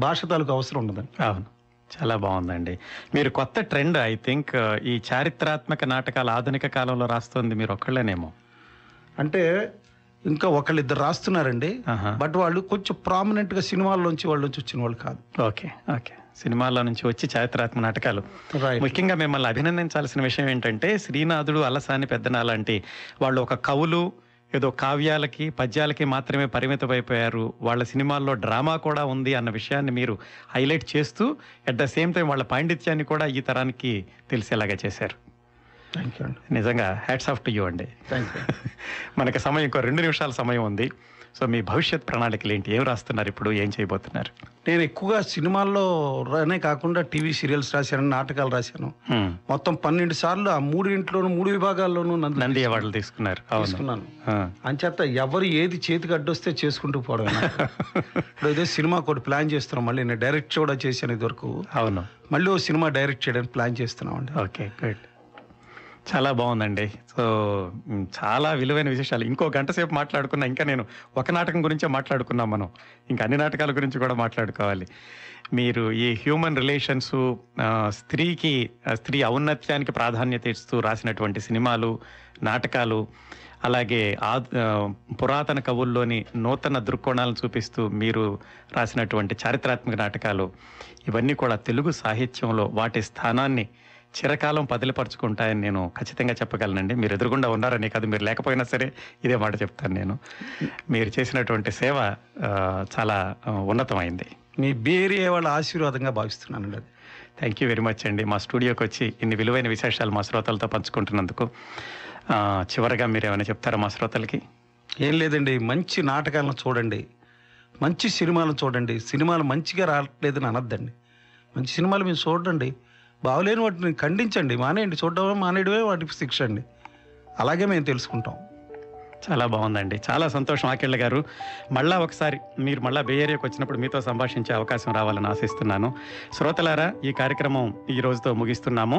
Speaker 3: భాష తాలూకు అవసరం ఉండదండి
Speaker 1: అవును చాలా బాగుందండి మీరు కొత్త ట్రెండ్ ఐ థింక్ ఈ చారిత్రాత్మక నాటకాలు ఆధునిక కాలంలో రాస్తుంది మీరు ఒక్కళ్ళేనేమో
Speaker 3: అంటే ఇంకా ఒకళ్ళిద్దరు రాస్తున్నారండి
Speaker 1: ఆహా.
Speaker 3: బట్ వాళ్ళు కొంచెం ప్రామినెంట్గా సినిమాల్లోంచి వాళ్ళ నుంచి వచ్చిన వాళ్ళు కాదు
Speaker 1: ఓకే ఓకే సినిమాల్లో నుంచి వచ్చి చారిత్రాత్మక నాటకాలు
Speaker 3: రైట్
Speaker 1: ముఖ్యంగా మిమ్మల్ని అభినందించాల్సిన విషయం ఏంటంటే శ్రీనాథుడు అలసాని పెద్దన లాంటి వాళ్ళు ఒక కవులు ఏదో కావ్యాలకి పద్యాలకి మాత్రమే పరిమితమైపోయారు వాళ్ళ సినిమాల్లో డ్రామా కూడా ఉంది అన్న విషయాన్ని మీరు హైలైట్ చేస్తూ అట్ ద సేమ్ టైం వాళ్ళ పాండిత్యాన్ని కూడా ఈ తరానికి తెలిసేలాగా చేశారు
Speaker 3: థ్యాంక్ యూ అండి
Speaker 1: నిజంగా హ్యాట్స్ ఆఫ్ టు యూ అండి
Speaker 3: థ్యాంక్ యూ
Speaker 1: మనకి సమయం ఇంకో రెండు నిమిషాల సమయం ఉంది సో మీ భవిష్యత్ ప్రణాళికలు ఏంటి ఏం రాస్తున్నారు ఇప్పుడు ఏం చేయబోతున్నారు
Speaker 3: నేను ఎక్కువగా సినిమాల్లో రానే కాకుండా టీవీ సీరియల్స్ రాశాను నాటకాలు రాశాను
Speaker 1: హ్మ్.
Speaker 3: మొత్తం పన్నెండు సార్లు ఆ మూడింట్లోనూ మూడు విభాగాల్లోనూ నన్ను
Speaker 1: నంది అవార్డులు తీసుకున్నారు అవును
Speaker 3: తీసుకున్నాను
Speaker 1: ఆ.
Speaker 3: అంచేత ఎవరు ఏది చేతికి అడ్డొస్తే చేసుకుంటూ పోవడం ఇప్పుడు ఏదో సినిమా ఒకటి ప్లాన్ చేస్తున్నాం మళ్ళీ నేను డైరెక్ట్ కూడా చేశాను ఇదివరకు
Speaker 1: అవును
Speaker 3: మళ్ళీ ఓ సినిమా డైరెక్ట్ చేయడానికి ప్లాన్ చేస్తున్నామండి
Speaker 1: ఓకే గుడ్ చాలా బాగుందండి సో మ్, చాలా విలువైన విశేషాలు ఇంకో గంట సేపు మాట్లాడుకున్నా ఇంకా నేను ఒక నాటకం గురించే మాట్లాడుకున్నాం మనం ఇంకా అన్ని నాటకాల గురించి కూడా మాట్లాడుకోవాలి మీరు ఈ హ్యూమన్ రిలేషన్స్ స్త్రీకి ఆ, స్త్రీ ఔన్నత్యానికి ప్రాధాన్యత ఇస్తూ రాసినటువంటి సినిమాలు నాటకాలు అలాగే ఆ ఆ, పురాతన కవుల్లోని నూతన దృక్కోణాలను చూపిస్తూ మీరు రాసినటువంటి చారిత్రాత్మక నాటకాలు ఇవన్నీ కూడా తెలుగు సాహిత్యంలో వాటి స్థానాన్ని చిరకాలం పదిలిపరుచుకుంటాయని నేను ఖచ్చితంగా చెప్పగలనండి మీరు ఎదురుగుండా ఉన్నారని కాదు మీరు లేకపోయినా సరే ఇదే మాట చెప్తాను నేను మీరు చేసినటువంటి సేవ ఆ, చాలా ఆ, ఉన్నతమైంది
Speaker 3: మీ బేరియా వాళ్ళ ఆశీర్వాదంగా భావిస్తున్నానండి అది
Speaker 1: థ్యాంక్ యూ వెరీ మచ్ అండి మా స్టూడియోకి వచ్చి ఇన్ని విలువైన విశేషాలు మా శ్రోతలతో పంచుకుంటున్నందుకు ఆ, చివరగా మీరు ఏమైనా చెప్తారా మా శ్రోతలకి
Speaker 3: ఏం లేదండి మంచి నాటకాలను చూడండి మంచి సినిమాలను చూడండి సినిమాలు మంచిగా రావట్లేదని అనొద్దండి మంచి సినిమాలు మీరు చూడండి బాగలేని వాటిని ఖండించండి మానేయండి చూడడం మానేయడమే వాటికి శిక్ష అండి అలాగే మేము తెలుసుకుంటాం
Speaker 1: చాలా బాగుందండి చాలా సంతోషం ఆకేళ్ళ గారు మళ్ళా ఒకసారి మీరు మళ్ళా బే ఏరియాకి వచ్చినప్పుడు మీతో సంభాషించే అవకాశం రావాలని ఆశిస్తున్నాను శ్రోతలారా ఈ కార్యక్రమం ఈ రోజుతో ముగిస్తున్నాము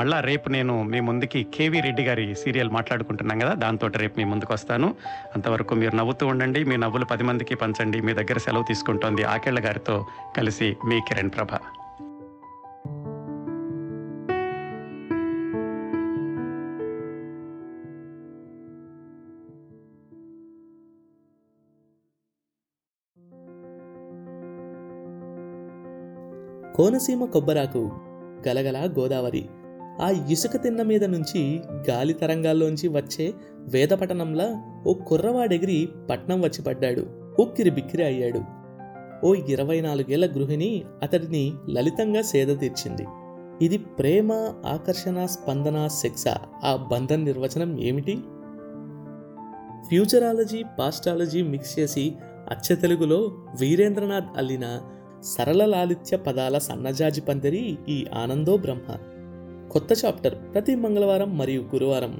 Speaker 1: మళ్ళా రేపు నేను మీ ముందుకి కేవీ రెడ్డి గారి సీరియల్ మాట్లాడుకుంటున్నాం కదా దాంతో రేపు మీ ముందుకు వస్తాను అంతవరకు మీరు నవ్వుతూ ఉండండి మీ నవ్వులు పది మందికి పంచండి మీ దగ్గర సెలవు తీసుకుంటోంది ఆకేళ్ళ గారితో కలిసి మీ కిరణ్ ప్రభ
Speaker 2: కోనసీమ కొబ్బరాకు గలగల గోదావరి ఆ ఇసుక తిన్న మీద నుంచి గాలి తరంగాల్లోంచి వచ్చే వేదపట్టణంలా ఓ కుర్రవాడెగిరి పట్నం వచ్చి పడ్డాడు ఉక్కిరి బిక్కిరి అయ్యాడు ఓ ఇరవై నాలుగేళ్ల గృహిణి అతడిని లలితంగా సేద తీర్చింది ఇది ప్రేమ ఆకర్షణ స్పందన శిక్ష ఆ బంధం నిర్వచనం ఏమిటి ఫ్యూచరాలజీ పాస్టాలజీ మిక్స్ చేసి అచ్చ తెలుగులో వీరేంద్రనాథ్ అల్లిన సరళ లాలిత్య పదాల సన్నజాజి పందిరి ఈ ఆనందో బ్రహ్మ కొత్త చాప్టర్ ప్రతి మంగళవారం మరియు గురువారం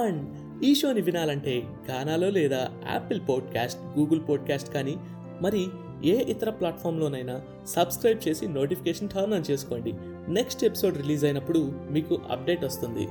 Speaker 2: అండ్ ఈ షోని వినాలంటే గానాలో లేదా యాపిల్ పాడ్కాస్ట్ గూగుల్ పాడ్కాస్ట్ కానీ మరి ఏ ఇతర ప్లాట్ఫామ్లోనైనా సబ్స్క్రైబ్ చేసి నోటిఫికేషన్ టర్న్ ఆన్ చేసుకోండి నెక్స్ట్ ఎపిసోడ్ రిలీజ్ అయినప్పుడు మీకు అప్డేట్ వస్తుంది